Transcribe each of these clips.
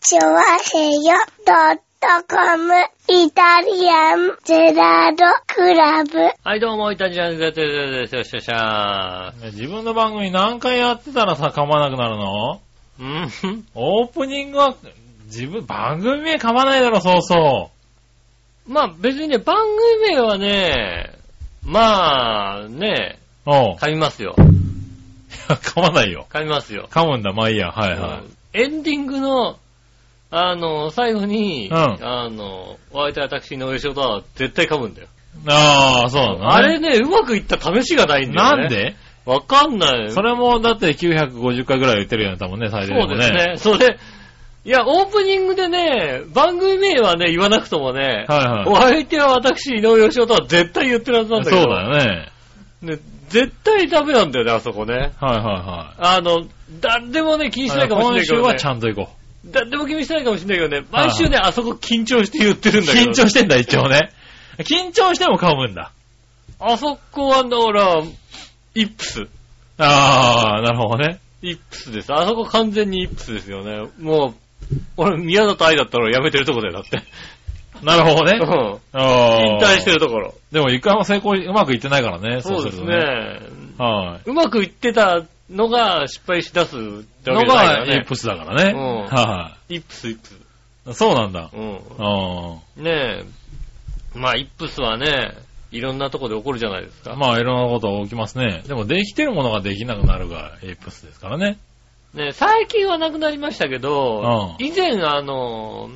チョワヘヨドットコムイタリアンゼラードクラブ。はい、どうも、イタジアンズです。よっしゃよっしゃ自分の番組何回やってたらさ、噛まなくなるのうんふんオープニングは、自分、番組名噛まないだろ、そうそまあ、別にね、番組名はね、まあ、ね、う。おう。 噛みますよ。噛まないよ。噛みますよ。噛むんだ、まあいいや、はいはい。エンディングの、あの、最後に、うんあの、お相手私の仕事は絶対噛むんだよ。ああ、そうだな。あれね、うまくいった試しがないんだよなね。んでわかんない。それも、だって950回ぐらい言ってるようになったもんね、最低でそうもでね。すね。それ、いや、オープニングでね、番組名はね、言わなくともね、はいおは相手は私、井上義雄とは絶対言ってるはずなんい。だそけど。うだよね。ね。絶対ダメなんだよね、あそこね。はいはいはあの、誰でもね、気い。にしないかもしれない今けど、週ね。はちゃんと行こう。誰でも気にしないかもしれないけどね、毎週ね、あそこ緊張して言ってるんだけど。緊張してんだ、一応ね。緊張しても噛むんだ。あそこは、だから、イップス。ああ、なるほどね。イップスです。あそこ完全にイップスですよね。もう、俺、宮里愛だったらやめてるとこだよ、だって。なるほどねう。ん。ああ。引退してるところ。でも一回も成功、うまくいってないからね、そそううでするすとね。ね。はうまくいってたのが失敗しだすってい。わけじゃなのいかがらイねッ。プスだからね。うんはイップス、イップス。い。そうなんだ。う。うんねえ。まあ、イップスはね、いろんなとこで起こるじゃないですか。ん。まあ、いろんなこと起きますね。でも、できてるものができなくなるが、イップスですからね。ねえ最近はなくなりましたけど、うん以前、あの、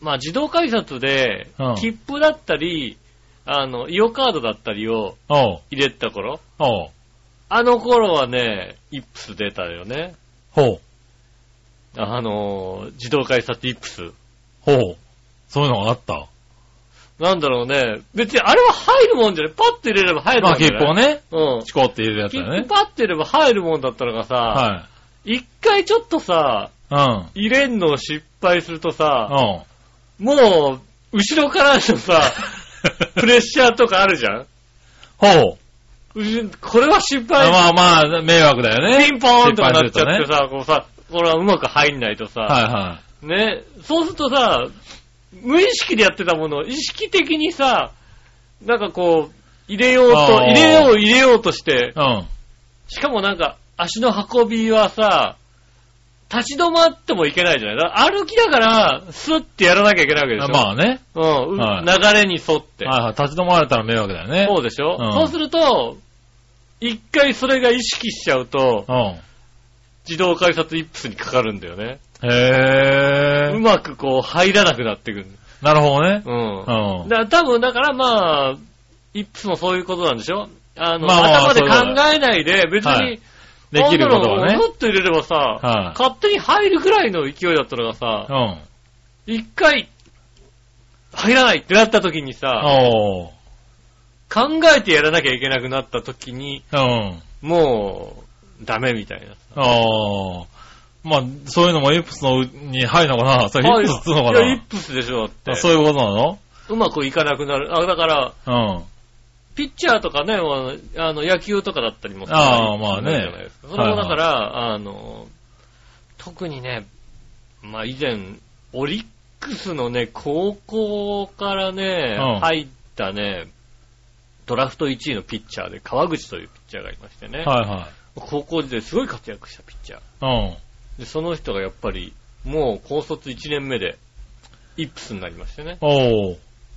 まあ、自動改札でうん、切符だったり、あの、イオカードだったりをおう、入れてた頃、おう、あの頃はね、イップス出たよね。ほう、あの、自動改札イップス。ほう。そういうのがあった。なんだろうね。別にあれは入るもんじゃない。パッて入れれば入るまもあ、んじゃ切ない。符をね、うん。チコって入れるやつだ切よね符。パッて入れば入るもんだったのがさ、は一回ちょっとさ、い。うん。入れんのを失敗するとさ、おう。もう、後ろからの さ、プレッシャーとかあるじゃんほう。後ろこれは失敗、まあまあ、迷惑だよね。ピンポーンとかなっちゃって失敗するとねさ、こうさ、これはうまく入んないとさ、はいはね、そうするとさ、無意識でやってたものを意識的にさ、なんかこう、入れようと、あー入れよう入れようとして、い。しかもなんか足の運びはさ、立ち止まってもいけないじゃないだから歩きだから、スッてやらなきゃいけないわけでしうょ。ん。まあね。うん、うはい流れに沿って。はいはい。立ち止まれたら迷惑だよね。そうでしょ、うんそうすると、一回それが意識しちゃうと、うん。自動改札イップスにかかるんだよね。へうー。まくこう入らなくなってくる。なるほどね。うん。うん。だから多分だからまあ、イップスもそういうことなんでしょあの、まあまあ頭でそう考だねえないで、別に、はいできることはこんなねのをもっと入れればさ、はい勝手に入るぐらいの勢いだったのがうさ、ん。一回、入らないってなった時にさ、おー。考えてやらなきゃいけなくなった時に、うん。もう、ダメみたいな。あー。まあ、そういうのもイップスのうに入るのかなそれイップスっつうのかいや、イッなプスでしょ、だってあ。そういうことなのうまくいかなくなる。あ、だから、うん。ピッチャーとかね、もうあの野球とかだったりもああまあねそうじゃないですかそれもだから、あの、特にね、まあ以前、オリックスのね、高校からね、うん入ったね、ドラフト1位のピッチャーで、川口というピッチャーがいましてね、は高校時代すごい活躍したピッチャー。いはい。で、その人がやっぱり、もう高卒1年目で、イップスになりましてね。うん。おー。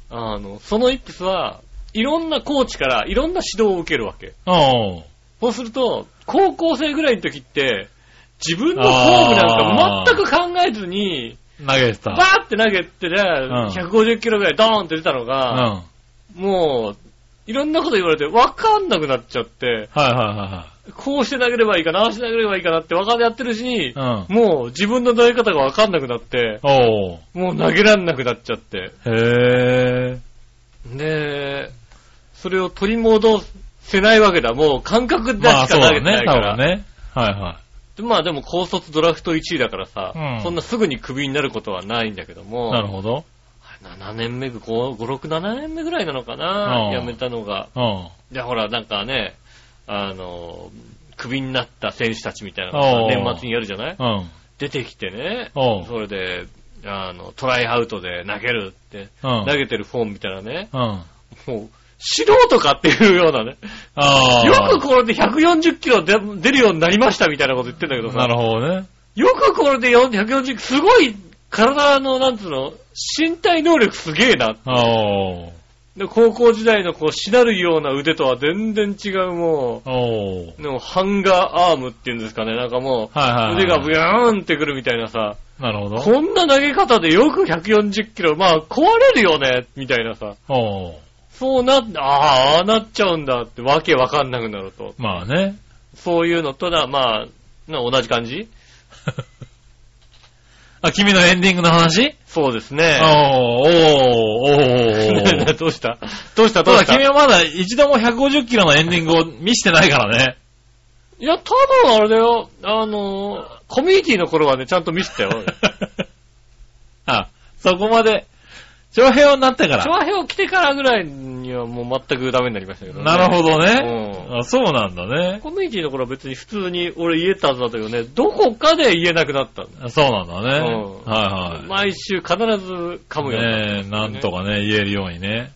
あの、そのイップスは、いろんなコーチからいろんな指導を受けるわけ。おー。そうすると、高校生ぐらいの時って、自分のフォームなんか全く考えずに、投げてバた。ーって投げてね、ん150キロぐらいドーンって出たのうん。が、はいもう、いろんなこと言われて、わかんなくなっちゃって、はいはこうして投げればいいかな、ああして投げればいいかなって分かってやってるうちにい、はい。もう自分の投げ方がわかんなくなって、うん。おー。もう投げらんなくなっちゃって。へー。で、それを取り戻せないわけだ。もう感覚でしまかあ、そう投げだてない。ね多から。分ね。はいはい。でまあでも高卒ドラフト1位だからさ、うんそんなすぐにクビになることはないんだけども、なるほど。 7年目、5、6、7年目ぐらいなのかな、うん辞めたのが。うん。で、ほら、なんかね、あの、クビになった選手たちみたいなのがさおう年末にやるじゃないうん。出てきてね、おう。それで、あの、トライアウトで投げるって、うん。投げてるフォーム見たらね、うん。もう、素人かっていうようなね、ああ。よくこれで140キロで出るようになりましたみたいなこと言ってんだけどさ、なるほどね。よくこれで4 140キロ、すごい体の、なんつうの、身体能力すげえな。あおで高校時代のこう、しなるような腕とは全然違う、もう。おう。う、でもハンガーアームっていうんですかね、なんかもはいう、はいはい。腕がブヤーンってくるみたいなさ、なるほど。こんな投げ方でよく140キロ、まあ壊れるよね、みたいなさ、おう。そうな、あーああなっちゃうんだってわけわかんなくなると。まあね。 そういうのとだ、まあ、な同じ感じあ、君のエンディングの話そうですね。おー、おー、お ー、おー。どうしたどうしたどたうだした君はまだ一度も150キロのエンディングを見してないからね。いや、多分あれだよ。あのー、コミュニティの頃はね、ちゃんと見せた よ。あ、そこまで、長平になってから。長編を来てからぐらいにはもう全くダメになりましたけど、ね。なるほどね。ど。あそうなんだね。コミュニティの頃は別に普通に俺言えたはずだったけどね、どこかで言えなくなったんだ。そうなんだね。うんはいはい。毎週必ず噛むようになったねえ、なんとかね、言えるようにね。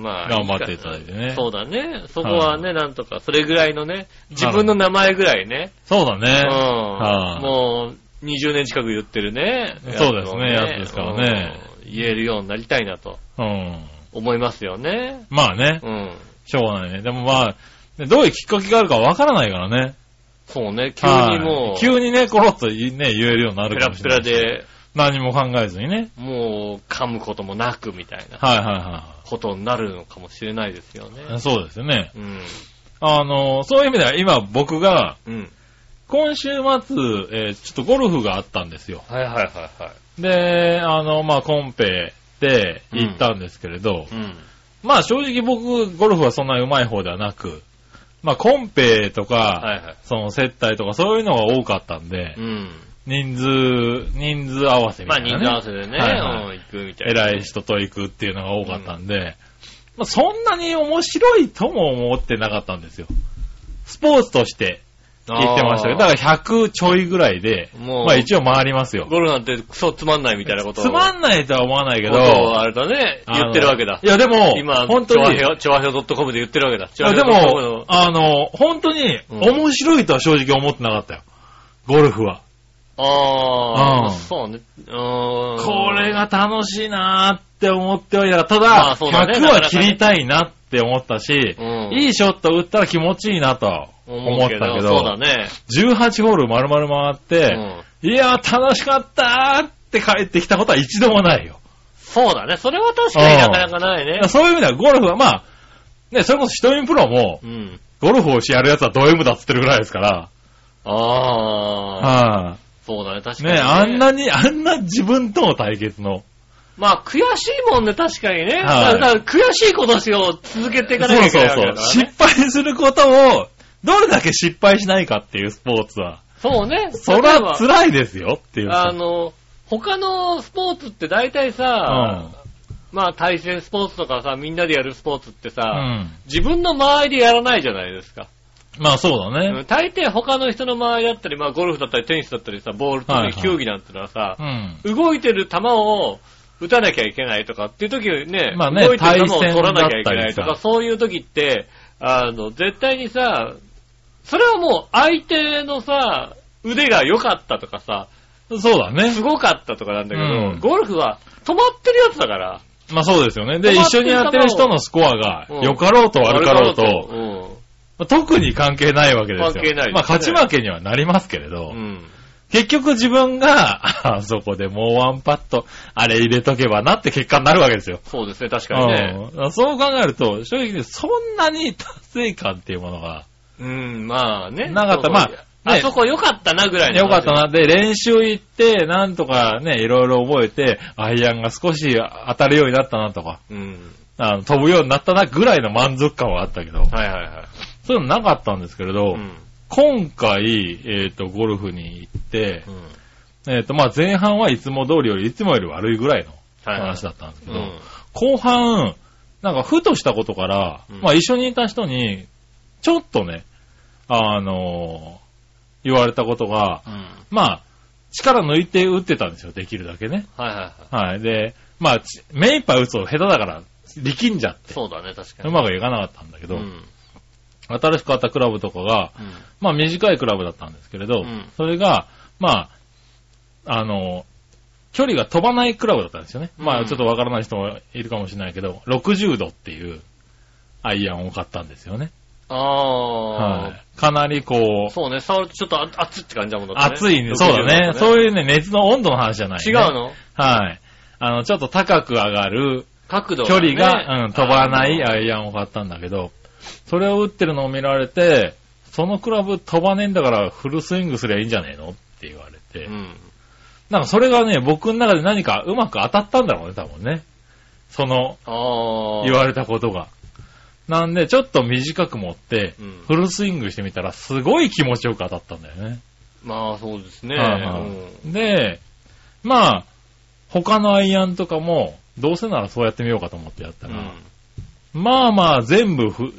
まあ、頑張っていただいてねそうだね。そこはね、なんとか、それぐらいのね、自なるほど分の名前ぐらいね。そうだうん。ね。はいもう、20年近く言ってるね。そうですねやつをやつですからねうん言えるようになりたいなとうん。思いますよね。まあね、うん。しょうがないね。でもまあ、ねどういうきっかけがあるかわからないからね。そうね、急にも、はいう急にね、コロッといね、言えるようになペるかラもしペれなラい。で、何も考えずにね。もう噛むこともなくみたいなはいはことになるのかもしれないですよねい。はい。そうですよね。うん。あの、そういう意味では今僕が、うん。今週末、えーちょっとゴルフがあったんですよ。はいはいはいはい。で、あの、まあ、コンペで行ったんですけれど、うん。まあ、正直僕、ゴルフはそんなに上手い方ではなく、まあ、コンペとか、はいはい。その接待とかそういうのが多かったんで、うん。人数、人数合わせみまたあい人数な、ね。合わせでね、はいはいうん行くみたいな。偉い人と行くっていうのが多かったんで、まあ、そんなに面白いとも思ってなかったんですよ。スポーツとして行ってましたけど、あだから100ちょいぐらいで、ーもう、まあ一応回りますよ。ゴルフなんてクソつまんないみたいなことを。つまんないとは思わないけど、ことをあれだね、あの言ってるわけだい。やでも、今、本当に、い調和表 .com で言ってるわけだ。やで調和表 .com もの、、あの、本当にうん面白いとは正直思ってなかったよ。ゴルフは。ああ、うんそうね。うーん。これが楽しいなーって思ってはいた。ただ、まあそうだね100なかなかねは切りたいなって思ったし、うんいいショット打ったら気持ちいいなと思思っうたけけど、ど、そうだね。 18ホール丸々回って、うんいやー楽しかったーって帰ってきたことは一度もないよ。そうだね。それは確かになかなかないねだから。そういう意味ではゴルフはまあ、ね、それこそ瞳プロも、うん。ゴルフをしやるやつはド M だっつってるぐらいですから、ああ、はそうだね。確いかね、に、あんなに、あんな自分との対決の、まあ、悔しいもんね、確かにね。はだかいら悔しいことしよう続けていそかなうきゃいけそなういわけそだからう、失ね。敗することを、どれだけ失敗しないかっていうスポーツは、そうね。そ例えらば辛いですよっていう。あの、他のスポーツって大体うさ、ん。まあ対戦スポーツとかさ、みんなでやるスポーツってうさ、ん。自分の周りでやらないじゃないですか。まあそうだね。大抵他の人の周りだったり、まあゴルフだったりテニスだったりさ、ボールとはいかはい球技なんてのはさう、ん。動いてる球を打たなきゃいけないとかっていう時ね、まあね動いてる球を取らなきゃいけない対戦だとったりか、さそういう時って、あの、絶対にさ、それはもう相手のさ、腕が良かったとかさ、そうだねす。ごかったとかなんだけど、うんゴルフは止まってるやつだから。まあそうですよね。で、止ま一って緒にやってる人のスコアが、良かろうと悪かろうと、と。まあ特に関係ないわけですよ。関係ないですねまあ勝ち負けにはなりますけれど、うん。うん。結局自分が、あそこでもうワンパット、あれ入れとけばなって結果になるわけですよ。そうですね、確かにね。うんそう考えると、正直そんなに達成感っていうものが、うん、まあね。なかったそうそうまああねそこ良かったなぐらいの話よかった。な。で、練習行って、なんとかね、いろいろ覚えて、アイアンが少し当たるようになったなとか、うん。あの飛ぶようになったなぐらいの満足感はあったけど、はいはいはい。そういうのなかったんですけれうど、ん。今回、えっ、と、ゴルフに行ってう、ん。えっ、と、まあ、前半はいつも通りより、いつもより悪いぐらいのはいはい話だったんですけうど、ん。後半、なんかふとしたことから、うんまあ一緒にいた人に、ちょっとね、あのー言われたことが、うん。まあ、力抜いて打ってたんですよ、できるだけね。はいはいはい。はい。で、まあ、ち目いっぱい打つと下手だから、力んじゃって、そうだね、確かに。うまくいかなかったんだけど、うん。新しく買ったクラブとかが、まあ短いクラブだったんですけれど、うんそれが、まあ、あの、距離が飛ばないクラブだったんですよね。まうあんちょっとわからない人もいるかもしれないけど、60度っていうアイアンを買ったんですよね。あはあ、い。かなりこう、そうね、触るとちょっとあ熱って感じだもんだって熱いね。そうだね。そうう。いうね、熱の温度の話じゃない、違ね。うのはい。あの、ちょっと高く上がる、角度距がね離が、うん、飛ばないあのアイアンを買ったんだけど、それを打ってるのを見られて、そのクラブ飛ばねえんだからフルスイングすりゃいいんじゃねえのって言われて、うん。なんかそれがね、僕の中で何かうまく当たったんだろうね、多分ね。その、ああ。言われたことが。なんで、ちょっと短く持ってうん、フルスイングしてみたら、すごい気持ちよく当たったんだよね。まあ、そうですね。はいはいで、まあ、他のアイアンとかも、どうせならそうやってみようかと思ってやったうん。うら、んまあまあ全部ふ、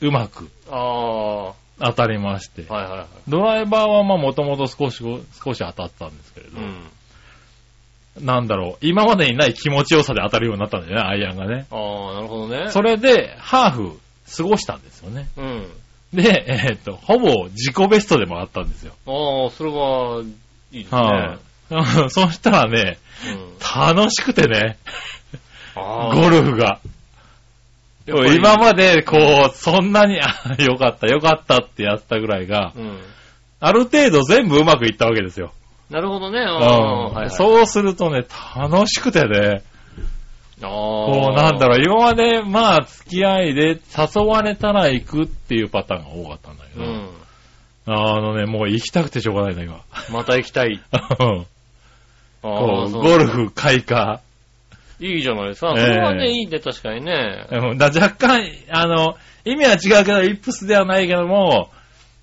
うまくああ、は当たりましてい、はいはい。ドライバーはまあもともと少し、少し当たったんですけれど、うん。なんだろう、今までにない気持ちよさで当たるようになったんだよね、アイアンがね。ああ、なるほどね。それで、ハーフ、過ごしたんですよね。うん。で、 えーっと、ほぼ自己ベストでもあったんですよ。 ああ、それは、いいですね。はい、そしたらね、うん楽しくてね、あゴルフが。やっぱり今まで、こう、そんなに、あよかった、よかったってやったぐらいが、ーうん。ある程度全部うまくいったわけですよ。なるほどね。あうんあ、はいはい。そうするとね、楽しくてね、ああ。こうなんだろう、今まで、まあ、付き合いで誘われたら行くっていうパターンが多かったんだけうど、ん。あのね、もう行きたくてしょうがないの、 今。また行きたい。うんあこあ、うそうゴルフ開花。いいじゃないですか。それはえね、えいいね、確かにね。うんだ若干、あの、意味は違うけど、イップスではないけども、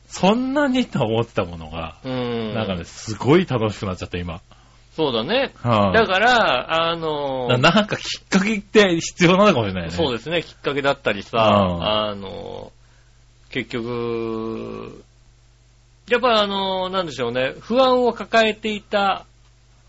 そんなにと思ってたものが、うん。なんかね、すごい楽しくなっちゃった、今。そうだね。はだから、あのな、なんかきっかけって必要なのかもしれないね。そうでですね、きっかけだったりさ、うんあの、結局、やっぱあの、なんでしょうね、不安を抱えていた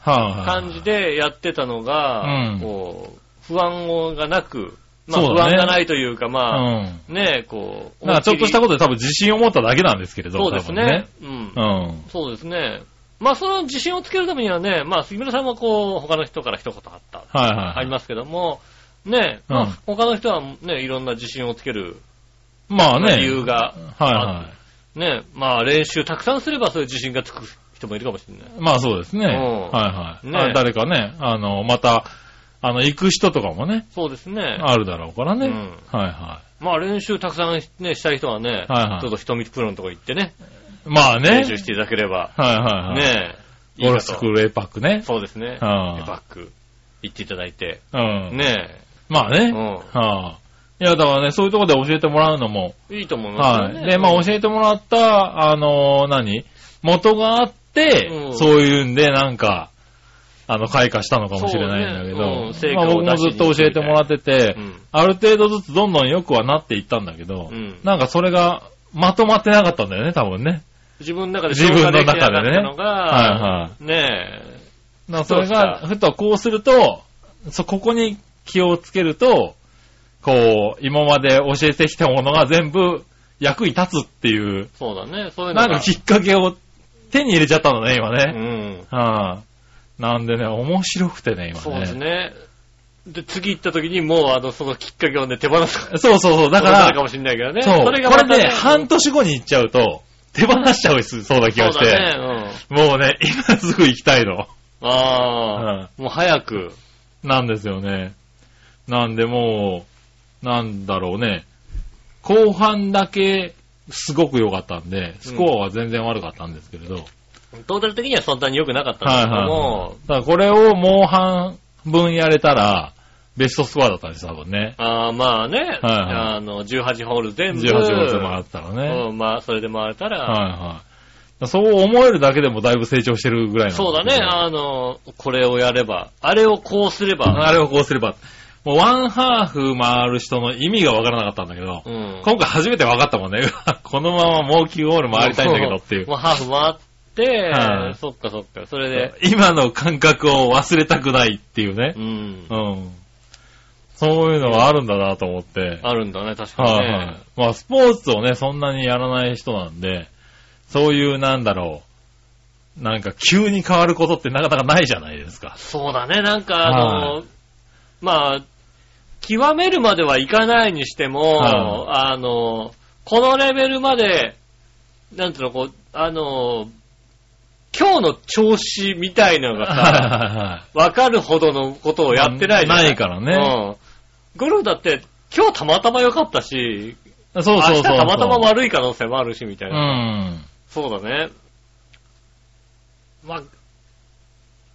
す。はい、感じでやってたのが、うんこう、不安をがなく、まあ、そう不だ安ねがないというか、うまあ、ん。ね、こう、なんかちょっとしたことで多分自信を持っただけなんですけれど。そうですね。うん多。分ね。そうですね。まあ、その自信をつけるためにはね、まあ、杉村さんはこう、他の人から一言あった。うん。はいはい。ありますけども、ね、うんまあ他の人はね、いろんな自信をつける、まあね。理由がはいあはね、まあ練習たくさんすればそういう自信がつく人もいるかもしれない。い。まあそうですね。んはいねはいあ。誰かね、あの、また、あの、行く人とかもね、そうですね。あるだろうからね。うんはいはまあ練習たくさんね、したい人はね、はいはいちょっと瞳プロのとこ行ってね、い。まあね。練習していただければ、はいはいはい。ね、いいゴかルとフスクール A パックね。そうですね。うんバック行っていただいて、うん。ね、まあね。うんはい。いや、だからね、そういうところで教えてもらうのも、いいと思いますよはね。い。で、まあ教えてもらった、あの、何元があって、うんそういうんで、なんか、あの、開花したのかもしれないんだけそうねうんど、まあ成果を僕もずっと教えてもらってて、うんある程度ずつどんどん良くはなっていったんだけど、うんなんかそれがまとまってなかったんだよね、多分ね。自分の中で自分の中でね消化きなかったのが、はねなんかそれそが、うふとこうすると、そ、ここに気をつけると、こう、今まで教えてきたものが全部役に立つっていう、そうだね。そういうの がなんかきっかけを手に入れちゃったのね、今ね。うん。はあ、なんでね、面白くてね、今ね。そうですね。で、次行った時にもう、あの、そのきっかけをね、手放す。そうそうそう。だか、手放さないからもしれないけどね。そう、そこれがまたれね、半年後に行っちゃうと、手放しちゃうそうな気がしそうて、だね。もうね、今すぐ行きたいの。うん。ああ、もう早く。なんですよね。なんでもう、なんだろうね、後半だけ、すごく良かったんで、スコアは全然悪かったんですけれど、トータル的にはそんなに良くなかったんはだいけどはも、い。だからこれをもう半分やれたら、ベストスコアだったんです、多分ね。ああ、まあね、はいあの、18ホール全部。 18号で回ったらね。うん、まあ、それで回れたら、はいはい。そう思えるだけでもだいぶ成長してるぐらいなんですけそどうだね、あの、これをやれば、あれをこうすれば、あれをこうすれば。もうワンハーフ回る人の意味がわからなかったんだけど、うん。 今回初めて分かったもんね。うわこのままもう9オール回りたいんだけどっていう。もうハーフ回ってはい、そっかそっか、それで、今の感覚を忘れたくないっていうねう。んう。ん。そういうのがあるんだなと思って。あるんだね、確かにはいはいね。。まあ、スポーツをね、そんなにやらない人なんで、そういう、なんだろう、なんか急に変わることってなかなかないじゃないですか。そうだね、なんかあの、まあ、極めるまではいかないにしても、はあの、このレベルまで、なんていうの、こう、あの、今日の調子みたいなのがさ、 はわかるほどのことをやってないじゃまあないからね。うん。ゴルフだって、今日たまたま良かったし、いはい。 そうそうそうそう。明日たまたま悪い可能性もあるし、みたいうな。ん。そうだね。まあ、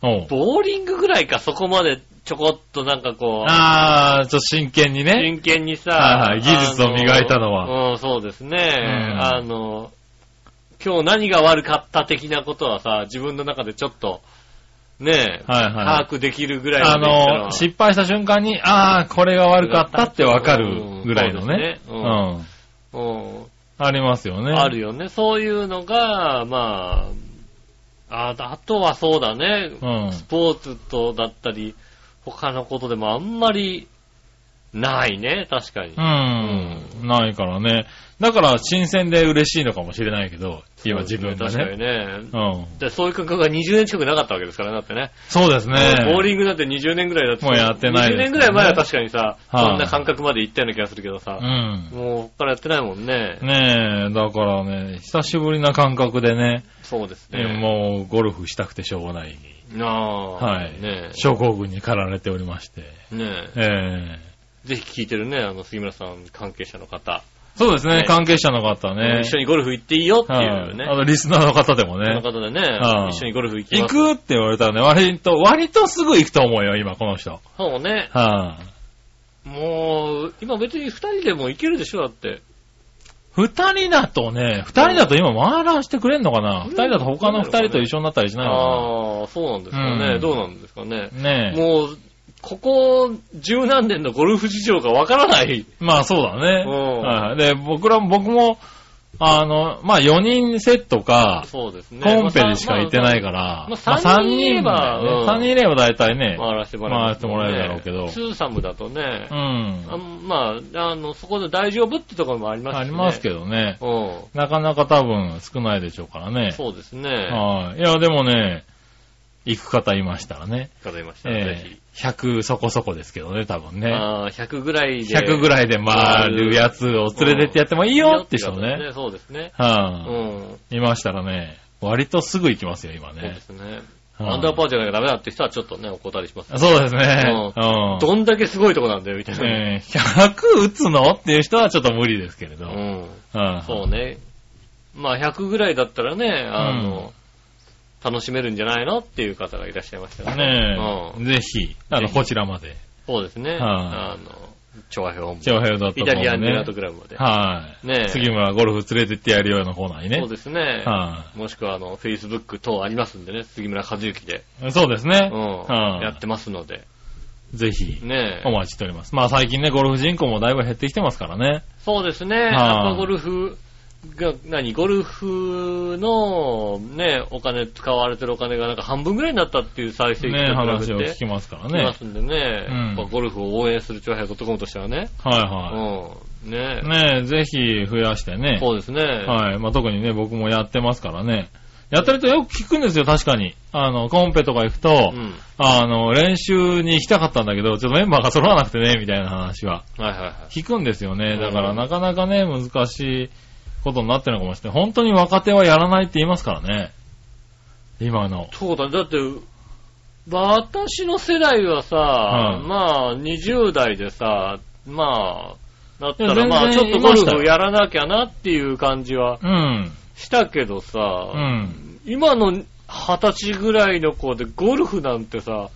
おうボーリングぐらいか、そこまでちょこっとなんかこう、あー、ちょっと真剣にね。真剣にさ、はいはい技術を磨いたのはあうん、そうですね。んあの、今日何が悪かった的なことはさ、自分の中でちょっと、ねえ、はいはい。把握できるぐらいあまでいったらの、失敗した瞬間に、あー、これが悪かったってわかるぐらいのね。ううんん。うんありますよね。あるよね。そういうのが、まあ、ああとはそうだね、うん。スポーツとだったり、他のことでもあんまりないね、確かに。うん。ないからね。だから、新鮮で嬉しいのかもしれないけど、今そ自うです分が確かね。にね。うん。でそういう感覚が20年近くなかったわけですからね、だってね。そうですね。ボーリングだって20年ぐらいだって。もうやってない20ですね年ぐらい前は確かにさ、はいそんな感覚まで行ったような気がするけどさ、うん。もうここからやってないもんね。ねえ、だからね、久しぶりな感覚でね、そうですね。もうゴルフしたくてしょうがない、なあはいね症候群に駆られておりまして、え。ねえ。ええぜひ聞いてるね、あの、杉村さん関係者の方。そうですね、ね関係者の方ね。一緒にゴルフ行っていいよっていうね。はいあの、リスナーの方でもそのね、方でね、はい一緒にゴルフ行き行ます。くって言われたらね、割と、割とすぐ行くと思うよ、今、この人。そうね。はもう、今別に二人でも行けるでしょ、だって。二人だとね、二人だと今回らしてくれんのかなうん二人だと他の二人と一緒になったりしないのああ、そうなんですかね。うんどうなんですかねか。なねもう、ここ十何年のゴルフ事情がわからない。え。まあそうだね。うんはいで、僕らも、僕も、あの、まあ4人セットか、そうですね。コンペでしか行ってないかから、まあさまあ三人いればうん3人いれば大体ね、回らせてもらえますもんね回らせてもらえるだろうけどツーサムだとねう、ん、あんまあ、あの、そこで大丈夫ってところもありますしね。ありますけどね。ど。なかなか多分少ないでしょうからうねん。。そうですね。はい。いや、でもね、行く方いましたらね。わかりました。ぜえひ。え100そこそこですけどね、多分ね。あー100ぐらいで。 100ぐらいで回るやつを連れてってやってもいいよって人ね。。そうですね。うはん。い。いましたらね、割とすぐ行きますよ、今そうでね。すね。うんアンダーパーじゃなきゃダメだって人はちょっとね、お断りします。そうですね。ううん。どんだけすごいとこなんだよ、みたいな。ええ100打つのっていう人はちょっと無理ですけれど。うん。うんそうね。まあ、100ぐらいだったらね、あの、楽しめるんじゃないのっていう方がいらっしゃいましたからねうん。え、ぜひ、あの、ぜひこちらまで。そうですね。あはの、調和表本部長平だったイタリアンジェラートね。クラブまで。はねえい。次はゴルフ連れてってやるようなコーナーにそうね。ですね。はもしくは、あの、Facebook 等ありますんでね、杉村和之で、い。そうですねう。んは、いやってますので、ぜひ、ねえお待ちしております。まあ最近ね、ゴルフ人口もだいぶ減ってきてますからね。そうですね。いやっぱゴルフが、何、ゴルフのね、お金、使われてるお金がなんか半分ぐらいになったっていう再生ねえ、と比話をべ聞て、きますからいね。ますんでね、うんやっぱゴルフを応援する長編 .com としてはね、はうん、ねいはい。ねえ、ぜひ増やしてね。そうですね。はい。まあ特にね、僕もやってますからね。やってるとよく聞くんですよ、確かに。あの、コンペとか行くとう、ん。あの、練習に行きたかったんだけど、ちょっとメンバーが揃わなくてね、みたいな話は。はいはいはい。聞くんですようね。んだからなかなかね、難しいことになってるのかもしれない。本当に若手はやらないって言いますからね。今の。そうだ、だって、私の世代はさ、うんまあ、20代でさ、まあ、だったいやら全然まあ、ちょっとゴルいましたフよやらなきゃなっていう感じはうん。したけどさ、うん。今の20歳ぐらいの子でゴルフなんてさ、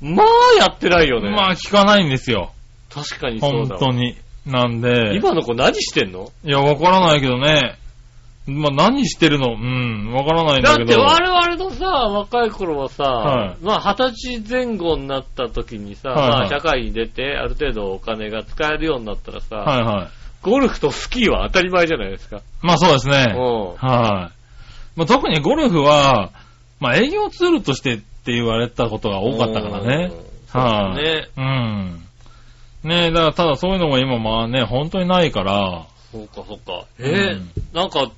まあやってないよね。まあ聞かないんですよ。確かにそう本だわ。当に。なんで。今の子何してんのいや、わからないけどね。まあ何してるのうん、わからないんだだっけてど。我々のさ、若い頃はさ、はいまあ二十歳前後になった時にさ、はいはいまあ社会に出てある程度お金が使えるようになったらさ、はいはい。ゴルフとスキーは当たり前じゃないですか。まあそうですね。うんはまあ、特にゴルフは、まあ、営業ツールとしてって言われたことが多かったからね。うん。そうはですい、ね。うん。ねえ、だからただそういうのも今まあね、本当にないから、そうか、そうか。えうーんなんか、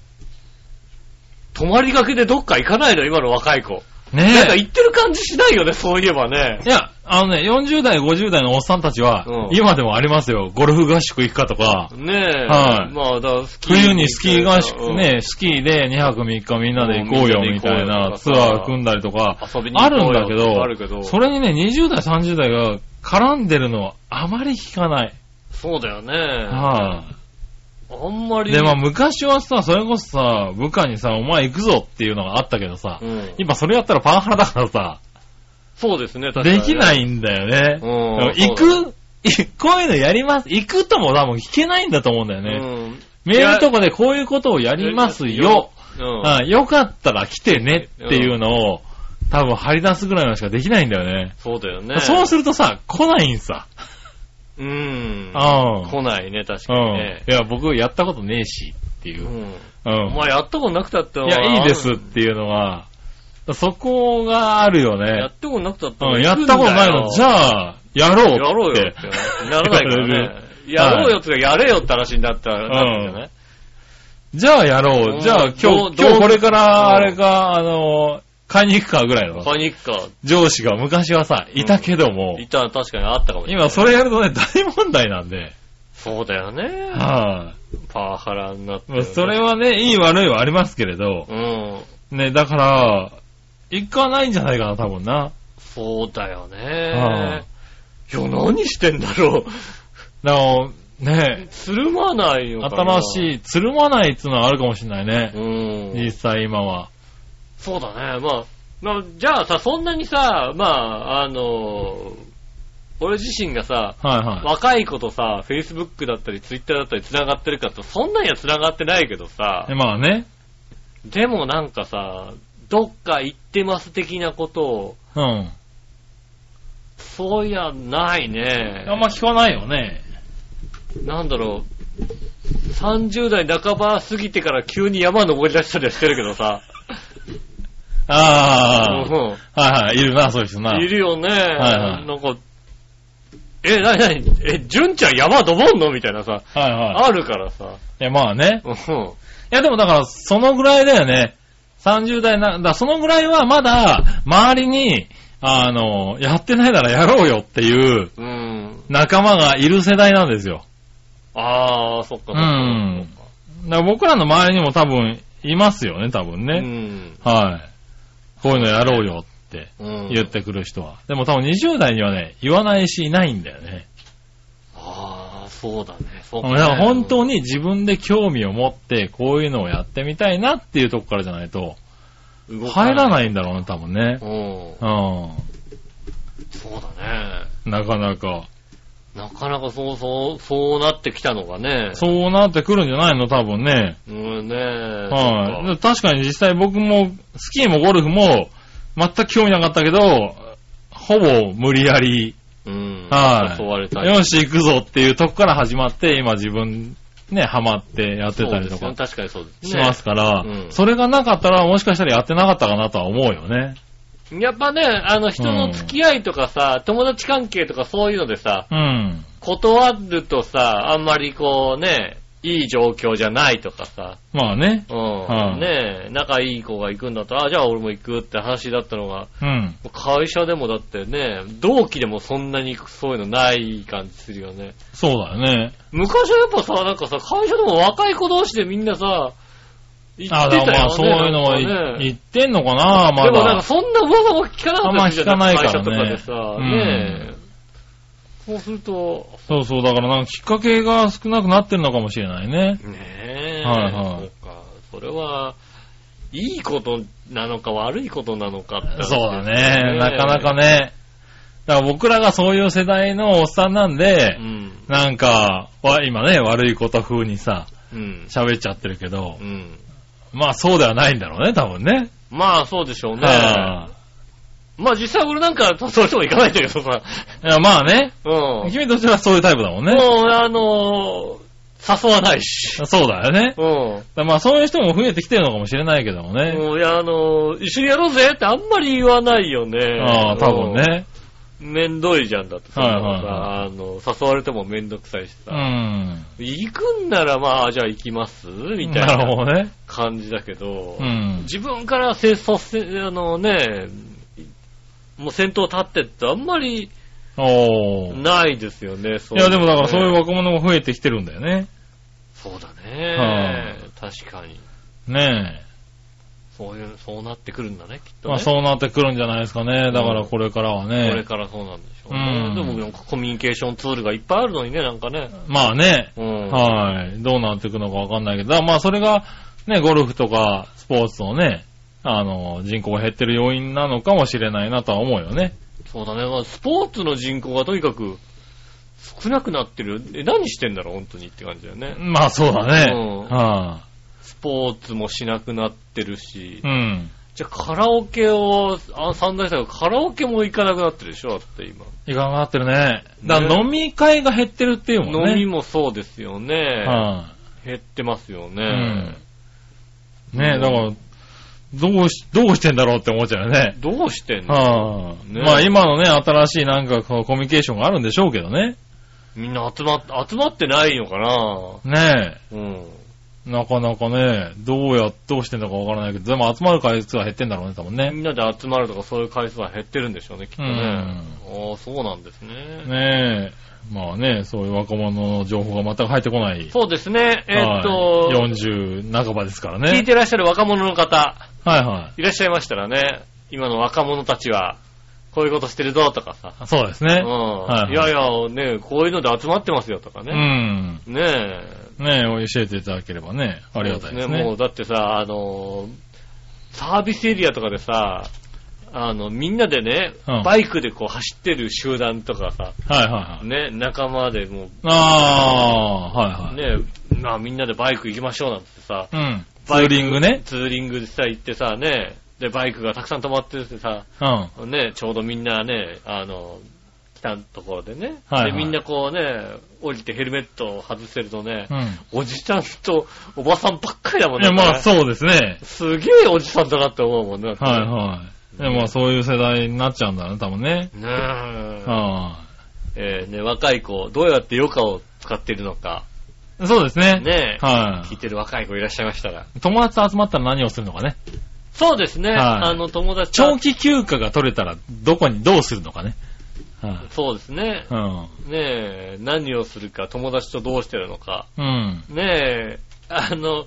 泊まりがけでどっか行かないの今の若い子。なんかね行ってる感じしないよね、そういえばねえ。い。や、あのね、40代、50代のおっさんたちは、うん今でもありますよ。ゴルフ合宿行くかとか、ねえ。はいまあ、だからスキー。冬にスキー合宿うん。ね、スキーで2泊3日みんなで行こうようんみたいなツアー組んだりとか、遊びにあ行こうるよんだけどあるけど。それにね、20代、30代が絡んでるのはあまり聞かない。そうだよね。はあんまい。り。で、まあ昔はさ、それこそさ、部下にさ、お前行くぞっていうのがあったけどさう、ん今それやったらパワハラだからさ、そうですね、確かにでねきないんだようね。だんから行く いこういうのやります。行くとも多分聞けないんだと思うんだよね。うんメールとかでこういうことをやりますよ。。うん。うんよかったら来てねっていうのを、多分張り出すぐらいのしかできないんだよね。そうだよね。そうするとさ、来ないんさ。うん。うん。来ないね、確かうにん。ね。いや、僕やったことねえしっていうう。ん。うおん。前やったことなくたって。いや、いいですっていうのは、そこがあるよやねっ。たことなくたって。うん、やったことないの、じあ、ゃあ、ややろろうっうよってて。ならない からね。言わやれるろうよってか、やれよって話になったら、なるんじゃないじゃあやろうんう。じゃあどう今日、今どう日これから、あれか、あの、買いに行くかぐらいの。パニックか。上司が昔はさ、いたけども、いた、確かにあったかもしれない。今それやるとね、大問題なんで。そうだよね。はパワハラになっい、まあて。それ、はね、いい悪いはありますけれど、うん。ね、だから、行かないんじゃないかな、多分な。そうだよはね。いや、何してんだろう。だから、ね、つるまないよ。新い。しい、つるまないっていうのはあるかもしれないね。うん実。際今は。そうだね。まあ、まあ、じゃあさ、そんなにさ、まあ、あのー俺自身がさ、はいはい。若い子とさ、Facebook だったり Twitter だったり繋がってるかって、そんなんや繋がってないけどさで、まあね、でもなんかさ、どっか行ってます的なことを、うん。そういや、ないね。あんま聞かないよね。なんだろう、30代半ば過ぎてから急に山登り出したりはしてるけどさ、あうんうんあ、はいはい、いるな、そういう人な。いるよね。いなんか、え、なになに、え、純ちゃん山登んのみたいなさ、はいはい。あるからさ。いや、まあね。うん。いや、でもだから、そのぐらいだよね。30代な、だからそのぐらいはまだ、周りに、あの、やってないならやろうよっていううん。仲間がいる世代なんですよ。あー、そっかそっか。うんだから僕らの周りにも多分、いますよね、多分うね。ん。はい。こういうのやろうよってうん。言ってくる人は。でも多分20代にはね、言わないし、いないんだよね。あー、そうだね。そだうか、かね。ら本当に自分で興味を持って、こういうのをやってみたいなっていうとこからじゃないと、動か。入らないいんだろうね、多分ね。うん。うん。そうだね。なかなか。なかなかそうそう、そうなってきたのがね。そうなってくるんじゃないの多分ね。う。うんねはそっい。確かに実際僕も、スキーもゴルフも、全く興味なかったけど、ほぼ無理やり、かうん。はい。誘われたり。よし、行くぞっていうとこから始まって、今自分、ね、ハマってやってたりとそうかですね確かにそうですしね。ますから、うんそれがなかったら、もしかしたらやってなかったかなとは思うよね。やっぱね、あの人の付き合いとかさ、友達関係とかそういうのでさ、うん。断るとさ、あんまりこうね、いい状況じゃないとかさ、まあね。うん、はいねえ、仲いい子が行くんだったら、あじゃあ俺も行くって話だったのが、うん。会社でもだってね、同期でもそんなにそういうのない感じするよね。そうだよね。昔はやっぱさ、なんかさ、会社でも若い子同士でみんなさ、行ってたあ、よね。だからまあそういうのはなんかねい言ってんのかな、まだ。でもなんかそんな噂も聞かなかったりするじゃんあんま聞かないから会ね社とかでさ、ねえ。そうすると、そうそう、だからなんかきっかけが少なくなってるのかもしれないね。ねえ、はいはいそうか、それは、いいことなのか悪いことなのかって、そうだね、なかなか。ね。だから僕らがそういう世代のおっさんなんでう、ん。なんか、わ今ね、悪いこと風にさ、うん。喋っちゃってるけどう、ん。まあそうではないんだろうね、多分ね。まあ、そうでしょうね。はまあ、実際俺なんか、そういう人もいかないんだけどさ、いいやまあね、うん。君としてはそういうタイプだもんね。もう、あのー誘わないし。そうだよね。うん。だまあそういう人も増えてきてるのかもしれないけどもね。もういや、あの、一緒にやろうぜってあんまり言わないよね。ああ、多分ね。うん。めんどいじゃんだってさ、はいはいあの、誘われてもめんどくさいしうさ。ん。行くんならまあ、じゃあ行きますみたいなるなほどね。感じだけど、うん。自分からせ、そせ、あのね、もう先頭立ってってあんまりおー。ないですよね、そういいやうでのねもだからそういう若者も増えてきてるんだよね。そうだね。確かに。ねそういう、そうなってくるんだね、きっえ。と、ね。まあそうなってくるんじゃないですかね。だからこれからはこれね。からそうなんでしょうね。うんでもなんかコミュニケーションツールがいっぱいあるのにね、なんかね。まあね。うん。はい。どうなっていくのかわかんないけど、だからまあそれが、ね、ゴルフとかスポーツのね、あの、人口が減ってる要因なのかもしれないなとは思うよね。そうだね。まあ、スポーツの人口がとにかく少なくなってる。え、何してんだろう、本当にって感じだよね。まあそうだね。うんはスポーツもしなくなってるし。いうん。じゃあカラオケを、あ、三大したらカラオケも行かなくなってるでしょ、だって今。いかがなってるね。だから飲み会が減ってるっていうもんね。飲みもそうですよね。は減ってますよい、ね。うん。ねうえ、んだから、どうし、どうしてんだろうって思っちゃうよね。どうしてんの、はあねまあ今のね、新しいなんかこうコミュニケーションがあるんでしょうけどね。みんな集まっ、集まってないのかなねえ。うん。なかなかね、どうや、どうしてんだかわからないけど、でも集まる回数は減ってんだろうね、多分ね。みんなで集まるとかそういう回数は減ってるんでしょうね、きっとね。ああ、そうなんですね。ねえ。まあね、そういう若者の情報が全く入ってこない。そうですね。えーっと、はい40半ばですから聞いね。てらっしゃる若者の方、はいはいらっしゃいましたらね、今の若者たちは、こういうことしてるぞとかさ。い。そうですうね。ん。はいはいいやいや、ね、こういうので集まってますよとかうね。ん。ねえ。ねえ、教えていただければね、ありがたいでそすうもねう。だってさ、あのー、サービスエリアとかでさ、あの、みんなでね、うんバイクでこう走ってる集団とかさ、はいはいはい。ね、仲間でもああ、はう、いはい。ね、まあみんなでバイク行きましょうなんてさ、うん。ツバイークリングね。ツーリングでさ、行ってさ、ね、で、バイクがたくさん止まっててさ、うん。はね、ちょうどみんなね、あの、来たところでね、はいはいで、みんなこうね、降りてヘルメットを外してるとね、い。おじさんとおばさんばっかりだもうんん。いね。や、まあそうですね。すげえおじさんだなって思うもんね。はいはい。でまあそういう世代になっちゃうんだね、多分ね。ねえ。はえーね、若い子、どうやって余暇を使っているのか。い。そうですね。ねえ。は聞いてる若い子いらっしゃいましたら。い。友達と集まったら何をするのかね。そうですね。はいあの、友達と長期休暇が取れたら、どこにどうするのかね。はい。そうですね。うん。ねえ、何をするか、友達とどうしてるのか。うん。ねえ、あの、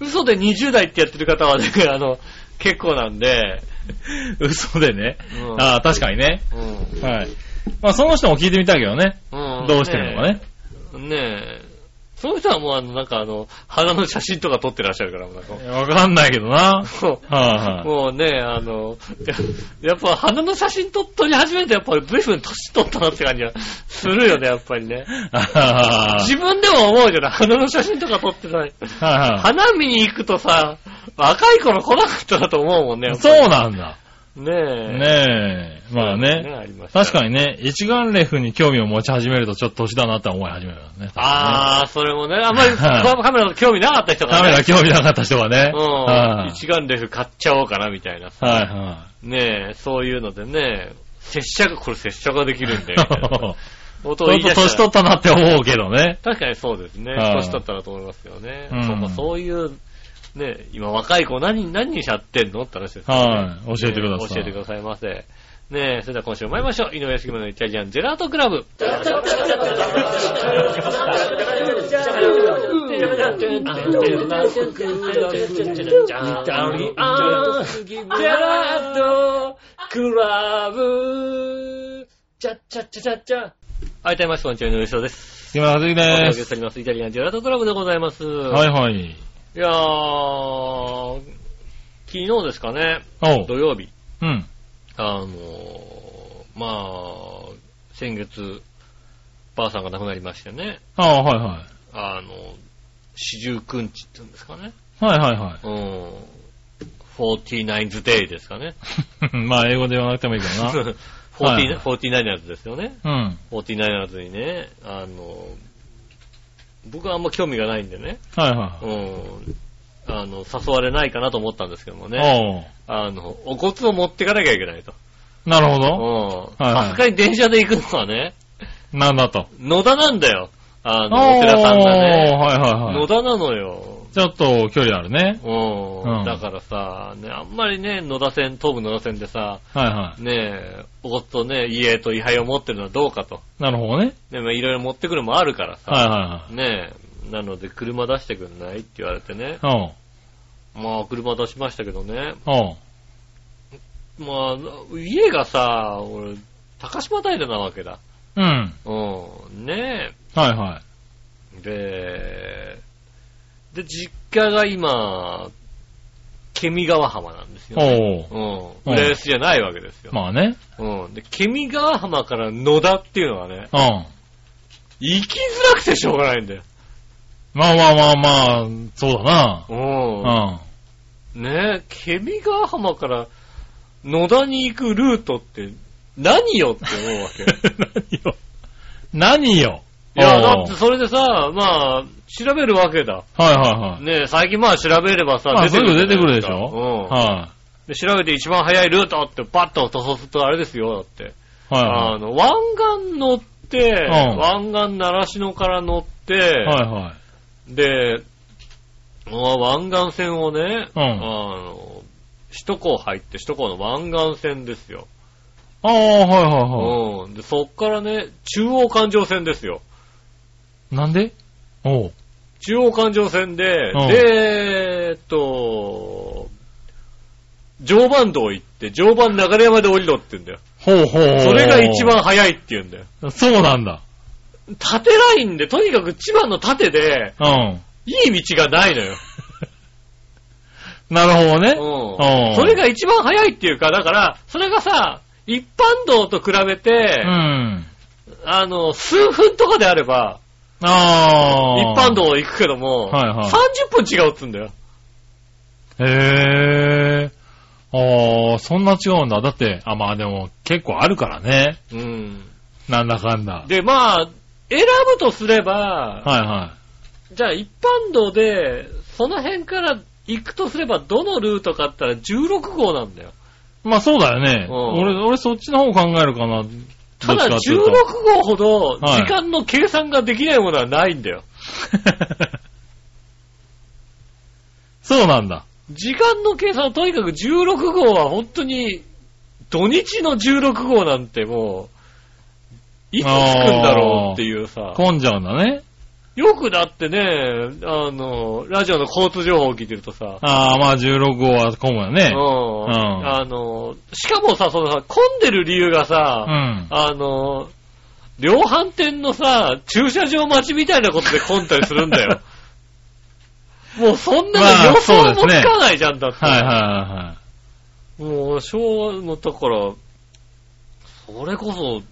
嘘で20代ってやってる方はね、 あの、結構なんで、嘘でね。うん ああ、確かにね。うん。はい。まあ、その人も聞いてみたいけどね。うんどうしてるのかね。ねえ。ねえその人はもうあの、なんかあの、花の写真とか撮ってらっしゃるから、もうなんか。いやわかんないけどな。そうはいはい。もうね、あの、 ややっぱ花の写真撮撮り始めてやっぱり随分年取ったなって感じがするよね、やっぱりね。あはは自分でも思うじゃない花の写真とか撮ってない。はいは花見に行くとさ、若い頃来なかったなと思うもんね、やいっぱりそうなんだ。ねえ。ねえ。まあね。ありました確かにね、一眼レフに興味を持ち始めるとちょっと年だなって思い始めるよね。ああ、それもね、あんま りはいカカメラの興味なかった人がカメね。ラ興味なかった人がね。うん。はい一眼レフ買っちゃおうかな、みたいな。はい はねえ、そういうのでね、接着、これ接着ができるんで、い。みちょたっいな と音を言い出したら年取ったなって思うけどね。確かにそうですね。はい年だったらと思いますよね。うんそうかそういう、ね、今若い子何、何にしゃってんのって話ですよね。はい。教えてください。ね教えてくださいませ。ねそれでは今週も参りましょう。井上杉村のイタリアンジェラートクラブ。ートクラブ。チャッチャッチャチャッチャ。はい、どうもこんにちは、井上翔です。木村和樹お届でけしす。ております。イタリアンジェラートクラブでございます。はいい。はい。いやー、昨日ですかね、おう。土曜日。うん。あのーまあ、先月、ばあさんが亡くなりましてね、ああ、はいはあの、四十九日って言うんですかね。い。はいはいはうん。49th day ですかね。い。 まあ、英語で言わなくてもいい けどな。 49 49ers ですよね。うん。 49ers にね、あの、僕はあんま興味がないんでね、はいはうん、あの、誘われないかなと思ったんですけどもい。ね、おあの、お骨を持ってかなきゃいけないと。うなるほど。うん。はいはいさすがに電車で行くのはね、なんだと。野田なんだよ。あおーの、お寺さんがね。はいはいは野い。田なのよ。ちょっと距離あるね。うん。うんだからさ、ね、あんまりね、野田線、東武野田線でさ、はいはねえ、おごっとね、家と位牌を持ってるのはどうかと。い。なるほどね。ねまあいろいろ持ってくるのもあるからさ。はいはねえ、なので車出してくんないって言われてねい。はい。まあ車出しましたけどね。おうおうまあ、家がさ、俺、高島平なわけだ。うん。うん。ねえ。はいはで、で、実家が今、ケミ川浜なんですい。よ、ね。おううん。浦安じゃないわけですよ。まあね。うん。で、ケミ川浜から野田っていうのはね、うん。行きづらくてしょうがないんだよ。まあまあまあまあ、そうだな。う。うんねえ、ケミ川浜から野田に行くルートって何よって思うわけ。いん。 何よ。何よ。や、おうだってそれでさ、まあ、調べるわけだ。はいはいはい。ねえ、最近まあ調べればさ、まあじゃないすぐ出てくるでかしょうん。はで、調べて一番早いルートってパッと塗装するとあれですよ、だって。い。はいあはの、湾岸乗って、うん湾岸習志野から乗って、い。はいはで、わ湾岸線をね、うんあの、首都高入って、首都高の湾岸線ですよ。い。ああ、はいはいはうん。で、そっからね、中央環状線ですよ。い。なんでおう。中央環状線で、うんで、えっと、常磐道行って、常磐流山で降りろって言うんだよ。ほうほう。それが一番。早いって言うんだよ。そうなんだ。縦ラインで、とにかく千葉の縦で、うん。いい道がないのよ。なるほどね。うんうんそれが一番早いっていうか、だから、それがさ、一般道と比べてう、ん。あの、数分とかであれば、一ああ。般道行くけども、はいはい30分違うっつうんだよ。へえ。ああ、そんな違うんだ。だって、あ、まあでも結構あるからね。うん。なんだかんだ。で、まあ、選ぶとすれば、はいはじゃあ一般道で、その辺から行くとすれば、どのルートかって言ったら16号なんだよ。い。まあそうだよね。うん俺、俺そっちの方考えるかな。ただどっ16ちかって号ほど、はい時間の計算ができないものはないんだよ。いうと そうなんだ。時間の計算はとにかく16号は本当に、土日の16号なんてもう、いつ着くんだろうっていうさ、混んじゃうんだね。よくだってね、あの、ラジオの交通情報を聞いてるとさ、ああ、まあ16号は混むようねん。んあの、しかもさ、そのさ、混んでる理由がうさ、ん。あの、量販店のさ、駐車場待ちみたいなことで混んだりするんだ よ。もうそんなまあの予想そもうですつねかないじゃんだって。はいはいはいはい。もう、昭和の、だから、それこそ、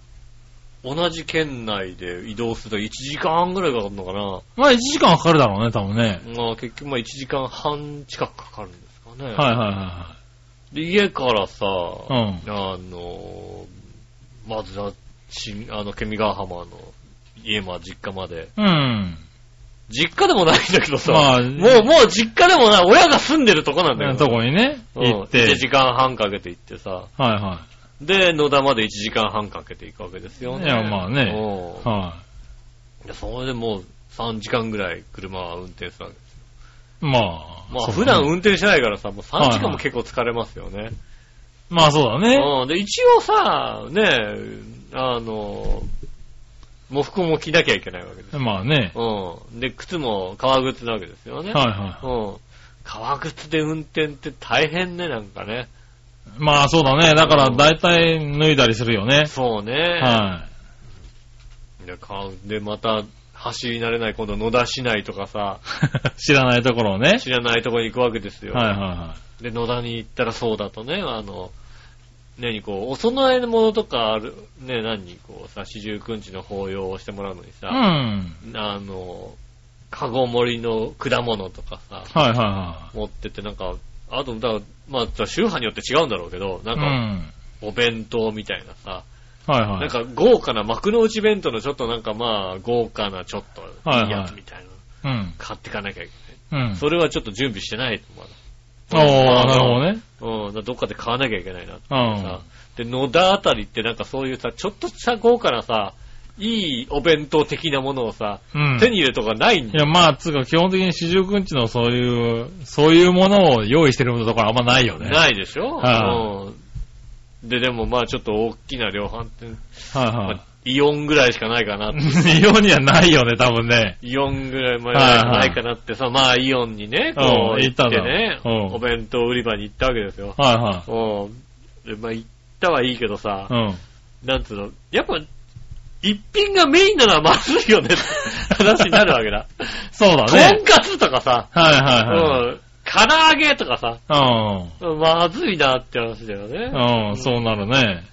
同じ県内で移動すると1時間ぐらいかかるのかな。まあ1時間はかかるだろうね、多分ね。まあ結局まあ1時間半近くかかるんですかね。はいはで家からさ、いはい。あの、まずは、新あの、ケミガ浜の家ま、実家まで。うん。うん。実家でもないんだけどさ、まあもう、もう実家でもない、親が住んでるとこなんだよ。とこにね、うん行って。 1時間半かけて行ってさ、はいはい。で、野田まで1時間半かけていくわけですよね。いやまあねうんはいやそれでもう3時間ぐらい車は運転するわけです。い。まあ。まあそう普だ段ね運転しないからさ、もう3時は間いもはい結構疲れますよね。まあそうだね。うん。で、一応さ、ねえ、あの、喪服も着なきゃいけないわけです。まあね。うん。で、靴も革靴なわけですよね。はいはうん。革靴で運転って大変ね、なんかね。い。まあそうだね。だから大体脱いだりするよね。そうね。。はいで、革で、また、走り慣れない今度野田市内とかさ、い。知らないところをね。知らないとこに行くわけですよ。はいはいはで、野田に行ったらそうだとね、あの、何こう、お供え物とかある、ね、何こうさ、四十九日の法要をしてもらうのにい。うさ、ん。あの、カゴ盛りの果物とかさ、はいはいは。持ってってなんか、あと、だからまあ、宗派によって違うんだろうけど、ないうんか、ん。お弁当みたいなさ、はいはい。なんか豪華な幕の内弁当のちょっとなんかまあ豪華なちょっといいやつみたいなのうん。買ってかなきゃいけうんない。。それはちょっと準備してないまだおー、なるほどね。うん、だからどっかで買わなきゃいけないなってうさ。で、野田あたりってなんかそういうさ、ちょっとした豪華なさ、いいお弁当的なものをさ、ん。うん。手に入れとかないんいだよ。や、まあ、つうか、基本的に四十九日のそういう、そういうものを用意してるところあんまないよね。はいないでしょ、はうん。で、でもまあちょっと大きな量販店、まはあイオンぐらいしかないかなってい。 ようにはないよね、多分ね。イオンぐらい前はいはいないかなってさ、まあイオンにね、こううん行行っったのてね、うんお弁当売り場に行ったわけですよ。はいはうん。でまあ行ったはいいけどさい。う、ん。なんつうの、やっぱ、一品がメインなのはまずいよね って話になるわけだ。そうだとんね。かつとかさ、はいうはん、唐揚げとかさ、いはまずいなって話だよねい。う。ん。うん、そうなるね。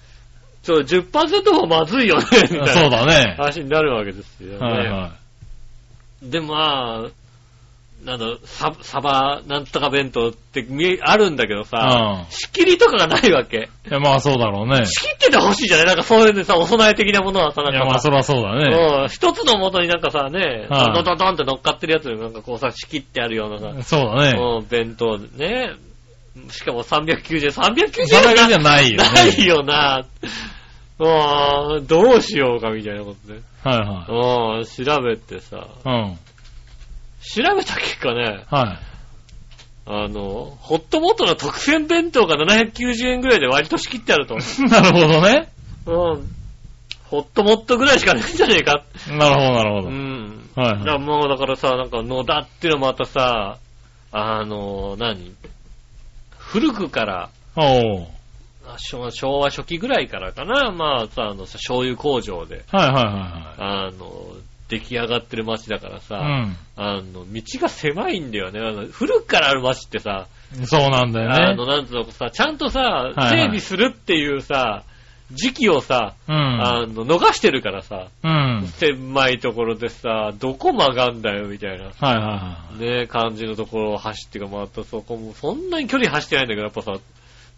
ちょ、10%もまずいよね、みたそいうなだね。話になるわけですよね。はいはで、まあ、なんだろう、ササバ、なんとか弁当って見え、あるんだけどさ、い。仕切りとかがないわけ。うん。いや、まあそうだろうね。仕切っててほしいじゃないなんかそういうでさ、お供え的なものはさ、ないや、んまあかさ、そらそうだね。うん一つのもとになんかさ、ね、はいドドドンって乗っかってるやつなんかこうさ、仕切ってあるようなさ、そうだね。うん弁当ね、しかも390円、390円それだけじゃないよね。ないよな。うんどうしようかみたいなことで。はいはうん調べてさ、い。うん。調べた結果ね、はい。あの、ホットモットの特選弁当が790円ぐらいで割と仕切ってあると。なるほどね。うん。ホットモットぐらいしかないんじゃねえか。なるほど、なるうほど。ん。はだかいはらい。もうだからさ、なんか野田っていうのもまたさ、あの、何古くから、おー。あ昭昭和初期ぐらいからかな、まあさ、あのさ、醤油工場で、はいはいはあの、出来上がってる街だからさ、いはい。あの、道が狭いんだよね。あの古くからある街ってさ、うん。そうなんだあよの、ね。なんつうのさ、ちゃんとさ、はい整備するっていうさ、時期をさ、うん。あの、逃してるからさ、うん。狭いところでさ、どこ曲がんだよ、みたいな。はいはいは。ね感じのところを走ってか回ったそこも、そんなに距離走ってないんだけど、やっぱさ、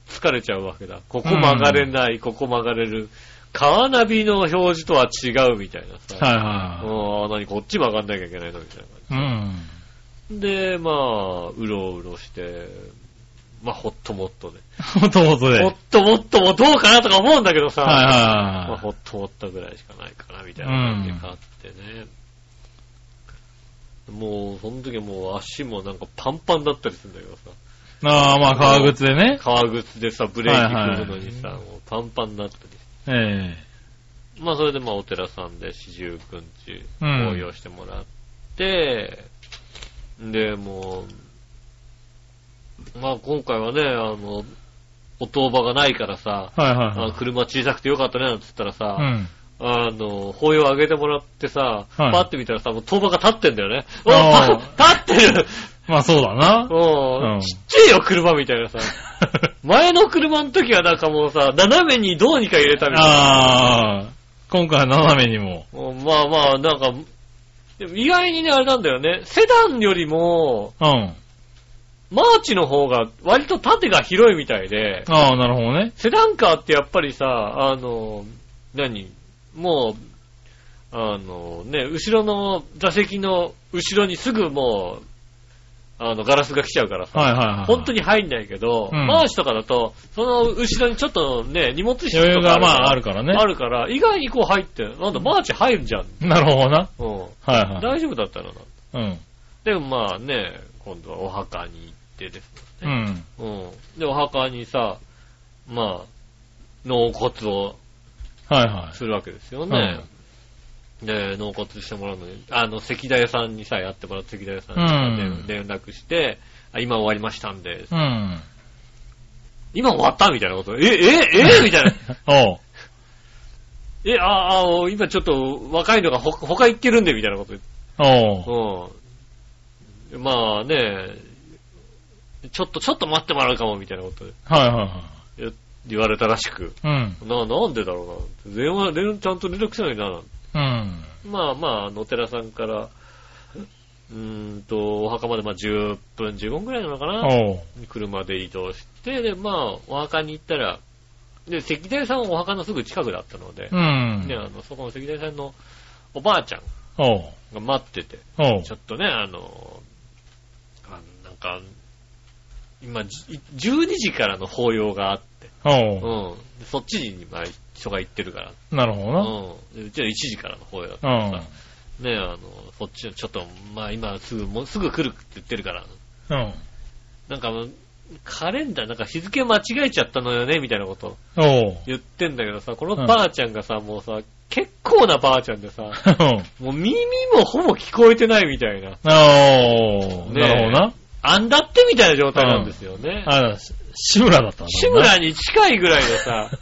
疲れちゃうわけだ。ここ曲がれない、ここ曲がれる。カーナビの表示とは違うみたいないさ。はいうんはあ何こっち曲がんなきゃいけないのみたいな感じい。うん。で、まあ、うろうろして、まあ、ほっともっとね。ほとほとで。ほはっいともっともどうかなとか思うんだけどさ、まあ、はほっともっとぐらいしかないかな、みたいな感じで買ってね。もう、その時はもう足もなんかパンパンだったりするんだけどさ、いはい。ああ、まあ革靴でね。革靴でさ、ブレーキ踏むのにさ、もうパンパンになったりえまあ、それでまあ、お寺さんで四十九日、うん紅葉してもらって、で、もう、まあ、今回はね、あの、お当場がないからさ、え。はいはいあはい。車小さくてよかったね、なんつったらさ、うん。あの、法要あげてもらってさ、はパいッて見たらさ、もう当場が立ってんだよね。おあー立立ってるまあそうだ な。おうんちっちゃいよ、車みたいなさ。前の車の時はなんかもうさ、斜めにどうにか入れたみたいな。ああ、今回は斜めにも。うんまあまあ、なんか、でも意外にね、あれなんだよね。セダンよりも、うん。マーチの方が割と縦が広いみたいで、ああ、なるほどね。セダンカーってやっぱりさ、あの、何もう、あのね、後ろの座席の後ろにすぐもう、あの、ガラスが来ちゃうからさ、はいはいはい。本当にに入んないけど、うんマーチとかだと、その後ろにちょっとね、荷物室とか余裕がまああるからね。あるから、意外にこう入って、なんだ、マーチ入るじゃん。なるほどな。うん。はいはい。大丈夫だったのな。うん。でもまあね、今度はお墓に行ってですうね。ん。うん。で、お墓にさ、まあ、納骨をはいはするわけですよね。で、納骨してもらうのに、あの、石田屋さんにさ、やってもらった石田屋さんにうんさ連連絡して、あ今終わりましたんで、い。うん。今終わったみたいなこと、え、え、 えみたいな。おう。え、ああ、今ちょっと若いのがほ他行ってるんで、みたいなこと言っておう。うん。まあね、ちょっと、ちょっと待ってもらうかも、みたいなことはいはいは言われたらしく。い。うん。な、なんでだろうな。電話、連ちゃんと連絡しないな。なんてうん。まあまあ、あの、お寺さんから、うーんと、お墓までまあ10分、15分くらいなのかな。おう。車で移動して、で、まあ、お墓に行ったら、で、石材さんはお墓のすぐ近くだったので、うん。ね、あの、そこの石材さんのおばあちゃんおう。が待ってて、おうち。ょっとね、あの、あのなんか、今、じ12時からの法要があって、おう。うん。でそっちに今、人が行ってるから、なるほどうん。でな。うちは1時からの法要だったうからんさ、。ね、あの、そっちの、ちょっと、まあ今すぐ、もうすぐ来るって言ってるから、うん。なんか、カレンダー、なんか日付間違えちゃったのよね、みたいなことおう。 言ってんだけどさ、このうんばあちゃんがさ、もうさ、結構なばあちゃんでさ、うんもう耳もほぼ聞こえてないみたいな、おう。ねえなるほどな。あんだってみたいな状態なんですよね。あ、し志村だったんだろうな。志村に近いぐらいのさ、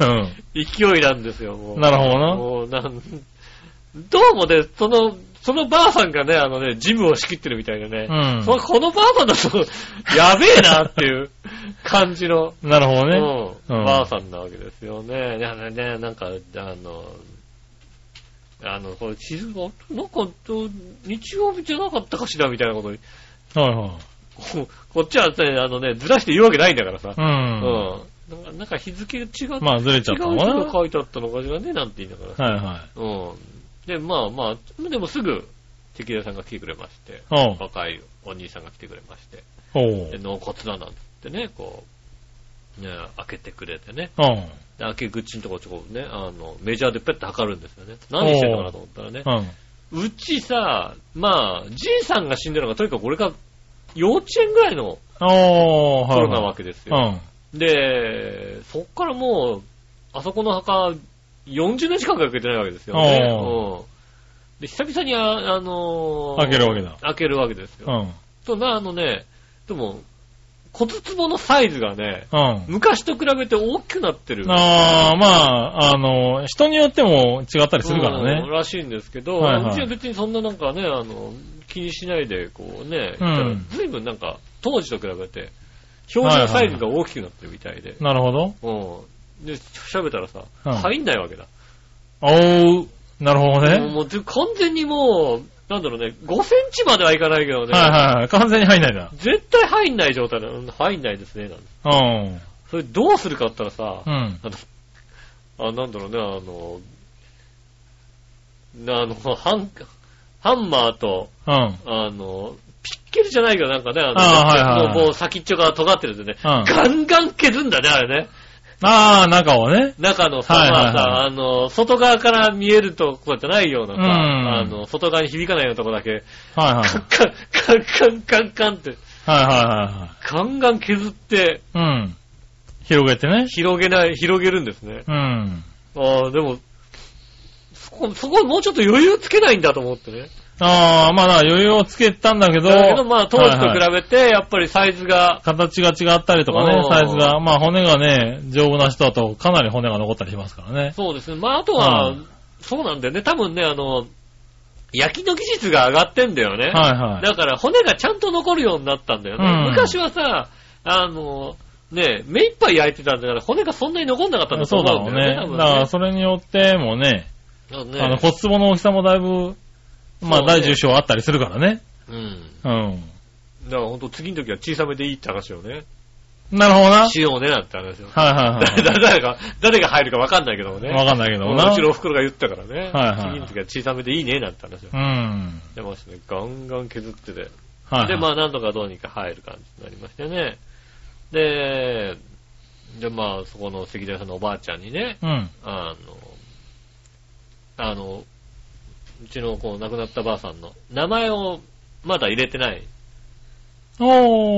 勢いなんですよ、もうう。ん。なるほどな。もうなん、どうもね、その、そのばあさんがね、あのね、ジムを仕切ってるみたいでね、うんそこのばあさんだと、 やべえなっていう感じの、なるほどね。う。うんんばあさんなわけですよね。ね、ねねなんか、あの、あの、これ、地図が、なんか、と日曜日じゃなかったかしらみたいなことに、 はいはい。ここっちはね、あのね、ずらして言うわけないんだからさ。ううんなん。。んかなんか日付が違って、まあ、ずれち違ゃうった人のかな。が書いてあったのかしらね、なんて言いながらさ。はいはうん。で、まあまあ、でもすぐ、関根さんが来てくれまして、い。おう。若いお兄さんが来てくれまして、おで、う。納骨だなんて言ってね、こう、ね、開けてくれてね。おう。で開け口のとこちょこね、あの、メジャーでペッて測るんですよね。何してんのかなと思ったらねう。ん。うちさ、まあ、じいさんが死んだのが、とにかく俺が幼稚園ぐらいのおー、はい。頃なわけですうよ。ん。で、そっからもう、あそこの墓、40年近く開けてないわけですよね。うおんで、久々にあ、あのー開けるわけだ。開けるわけですよ。うん。と、な、あのね、でも、骨壺のサイズがね、うん。昔と比べて大きくなってる。あー、まあ、あの、人によっても違ったりするからうんね。らしいんですけど、はいはいうちは別にそんななんかね、あの、気にしないで、こうね、うん言ったら随分なんか、当時と比べて、表示のサイズが大きくなってるみたいで。なるほど。うん。で、喋ったらさ、うん入んないわけだ。おう。なるほもどうね。もうず完全にもう、なんだろうね、5センチまではいかないけどね、はいはいはい。完全に入んないな。絶対入んない状態だ。うん入んないですね、なんてうん。それどうするかって言ったらさ、うん。 あ、なんだろうね、あの、なあの、ハン、ハンマーと、うん。あの、ピッケルじゃないけど、なんかね、あの、あーはいはいはいもうもう先っちょが尖ってるんでね、うんガンガン削るんだね、あれね。あー、中をね。中のさ、はいはいはいまあさ、あの、外側から見えるとこじゃないようなさ、うんあの、外側に響かないようなとこだけ、はいはい。カンカン、カンカン、カンカンって、はいはガンガン削って、いはいはい。うん。広げてね。広げない、広げるんですね。うん。ああ、でも、そこ、そこもうちょっと余裕つけないんだと思ってね。あー、まだ余裕をつけたんだけど。だけど、まあ、当時とはいはい比べて、やっぱりサイズが、形が違ったりとかねう、んサイズが。まあ骨がね、丈夫な人だとかなり骨が残ったりしますからね。そうですね。まあ、あとは、うんそうなんだよね。多分ね、あの、焼きの技術が上がってんだよね。はいはい。だから骨がちゃんと残るようになったんだよね。うん昔はさ、あの、ね、目いっぱい焼いてたんだから骨がそんなに残んなかったんだとそうだ思うろうんだねよね。。だからそれによってもね、多分ね。あの骨壺の大きさもだいぶ、そまあうね大重症あったりするからね。うん。うん。だから本当次の時は小さめでいいって話をね。なるほどな。はいしようねなんて話を。は い誰は誰が、誰が入るか分かんないけどもね。 い。わかんないけどもな。うちのお袋が言ったからね。はいはい次の時は小さめでいいねなんて話をう。ん。でましたね。ガンガン削ってて。はい。で、まあ、なんとかどうにか入る感じになりましてね。で、で、まあ、そこの関田さんのおばあちゃんにね、うん。あの、あの、うちのこう亡くなったばあさんの名前をまだ入れてない、お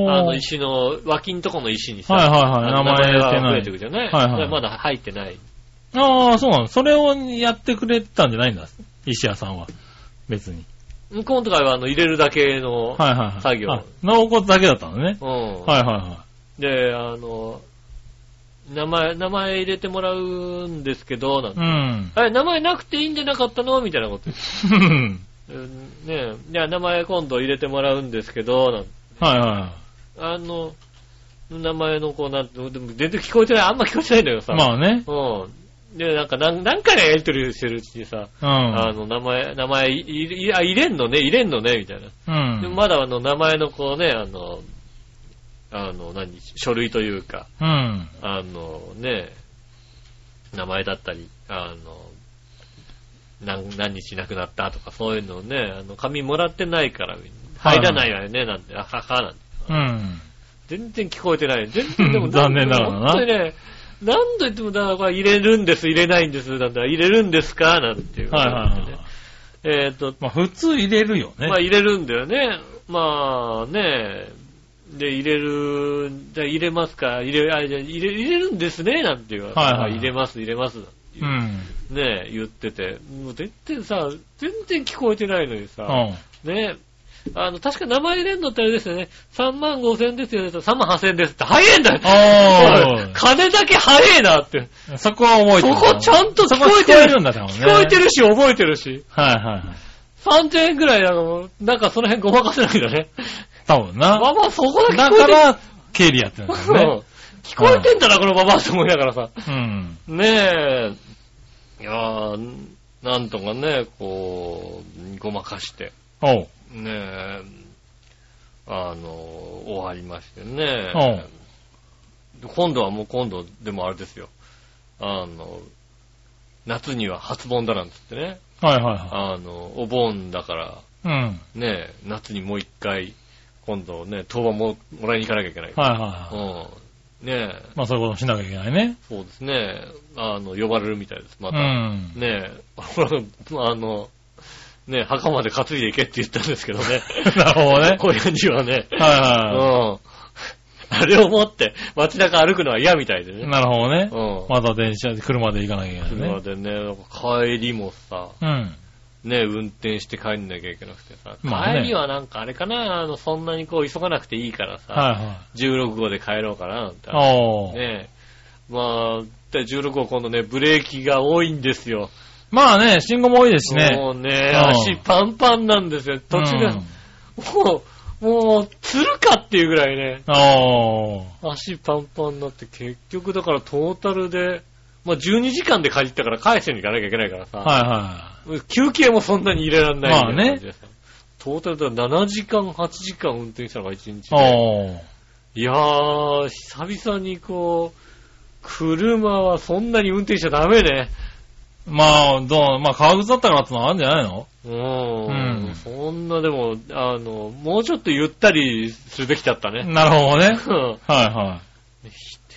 ー。あのはい石の、脇んとこの石にさ、はいあはい。の名名前前が増入えれていくてない。じゃない、はいはいそれまだ入ってない。ああ、そうなの。それをやってくれたんじゃないんだ。石屋さんは。別に。向こうのとかはあの入れるだけの、はいはいはい。作業あ納骨だけだったのね。うんはいはいはい。で、あの、名前、名前入れてもらうんですけど、なんてうん。 あれ、名前なくていいんじゃなかったのみたいなこと言って。うんうんねえ、いや、名前今度入れてもらうんですけど、なんはいはあの、名前のこう、なんて、でも全然聞こえてない、あんま聞こえてないんだけどい。さ。まあね。うん。で、なんか何、何回かやりとりしてるうちにさ、うあん。の、名前、名前い、いいあ入れんのね、入れんのね、みたいな。うでん。まだあの、名前のこうね、あの、あの、何、書類というか、うん。あのね、名前だったり、あの、何何日亡くなったとかそういうのをね、あの、紙もらってないから、はい入らないわよね、なんて、あはは、なんて。うん。全然聞こえてない。全 然でも、残念ながらな本当にね、何度言っても、だからこれ入れるんです、入れないんです、なんて、入れるんですかなんていう。はいはいはい。えっと、まあ普通入れるよね。まあ入れるんだよね。まあね、で、入れる、じゃあ入れますか、入れ、あ、じゃあ入れ、入れるんですね、なんて言われて、はいはいはいあ入れます、入れます、うん。ね、言ってて、もう全然さ、全然聞こえてないのにさ、うん。ねあの、確か名前入れんのってあれですよね。3万5千ですよね。3万8千ですって。早えんだよおー金だけ早えなって。そこは覚えそてる。こちゃんとそ聞ここえ聞こてる。えるんだからね。聞こえて。るし、覚えてるし。はいはいはい。 3000円くらい、あの、なんかその辺ごまかせないんだね。多分まあな。まあそこだけ聞だこえかてる。ら、経理やってるんだそ よね。う聞こえてんだな、このババアって思いながらさ。うん。ねえ。いやー、なんとかね、こう、ごまかして。おう。ねえ、あの、終わりましてね。で今度はもう今度、でもあれですよ。あの、夏には初盆だなんつってね。はいはあの、お盆だから、いはい。うん。ねえ、夏にもう一回、今度ね、当番ももらいに行かなきゃいけない。はいはいはい。うん。ねえ、まあそういうことしなきゃいけないね。そうですね。あの、呼ばれるみたいです、まうた。ん。ねえ、 ほら、あの、ねえ、墓まで担いでいけって言ったんですけどね。 なるほどね親にはね。はいはうん。あれを持って街中歩くのは嫌みたいでい。ね。なるほどね。うん。また電車で、車で行かなきゃいけない車ね。でね、なんか帰りもさ、うん。ね、運転して帰んなきゃいけなくてさ、まあね帰りはなんかあれかな、あの、そんなにこう急がなくていいからさ、は16号で帰ろうかな、なんいて。はい。おう。ねまあ、で16号今度ね、ブレーキが多いんですよ。まあね、信号も多いですしね。もうね、うん足パンパンなんですよ。途中で、うんもう、もう、つるかっていうぐらいね、おー。足パンパンになって、結局だからトータルで、まあ12時間で借りたから返しに行かなきゃいけないからさ、はいは休憩もそんなに入れられないみたいな感じでさトータルで7時間、8時間運転したのが1日い。で。おー。いやー、久々にこう、車はそんなに運転しちゃダメね。まあ、どう、まあ、革靴だったからってのはあるんじゃないのううんん。そんなでも、あの、もうちょっとゆったりするべきだったね。なるほどね。うんはいはい。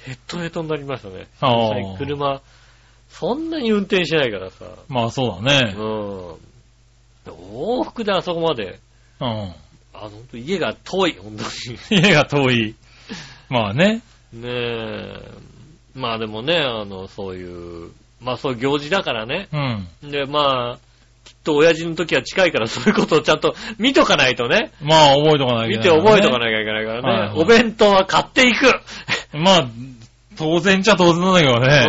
ヘッドヘッドになりましたね。あー実際に車、そんなに運転しないからさ。まあそうだうんね。。往復であそこまで、うん。あの、ほんと家が遠い、本当に。家が遠い。まあね。ねえ。まあでもね、あの、そういう、まあそういう行事だからね。うん。で、まあ、きっと親父の時は近いからそういうことをちゃんと見とかないとね。まあ、覚えとかなきゃいけ見ないてからね、覚えとかなきゃいけないかはいらはね。いお弁当は買っていく。まあ、当然ちゃ当然なんだけどね。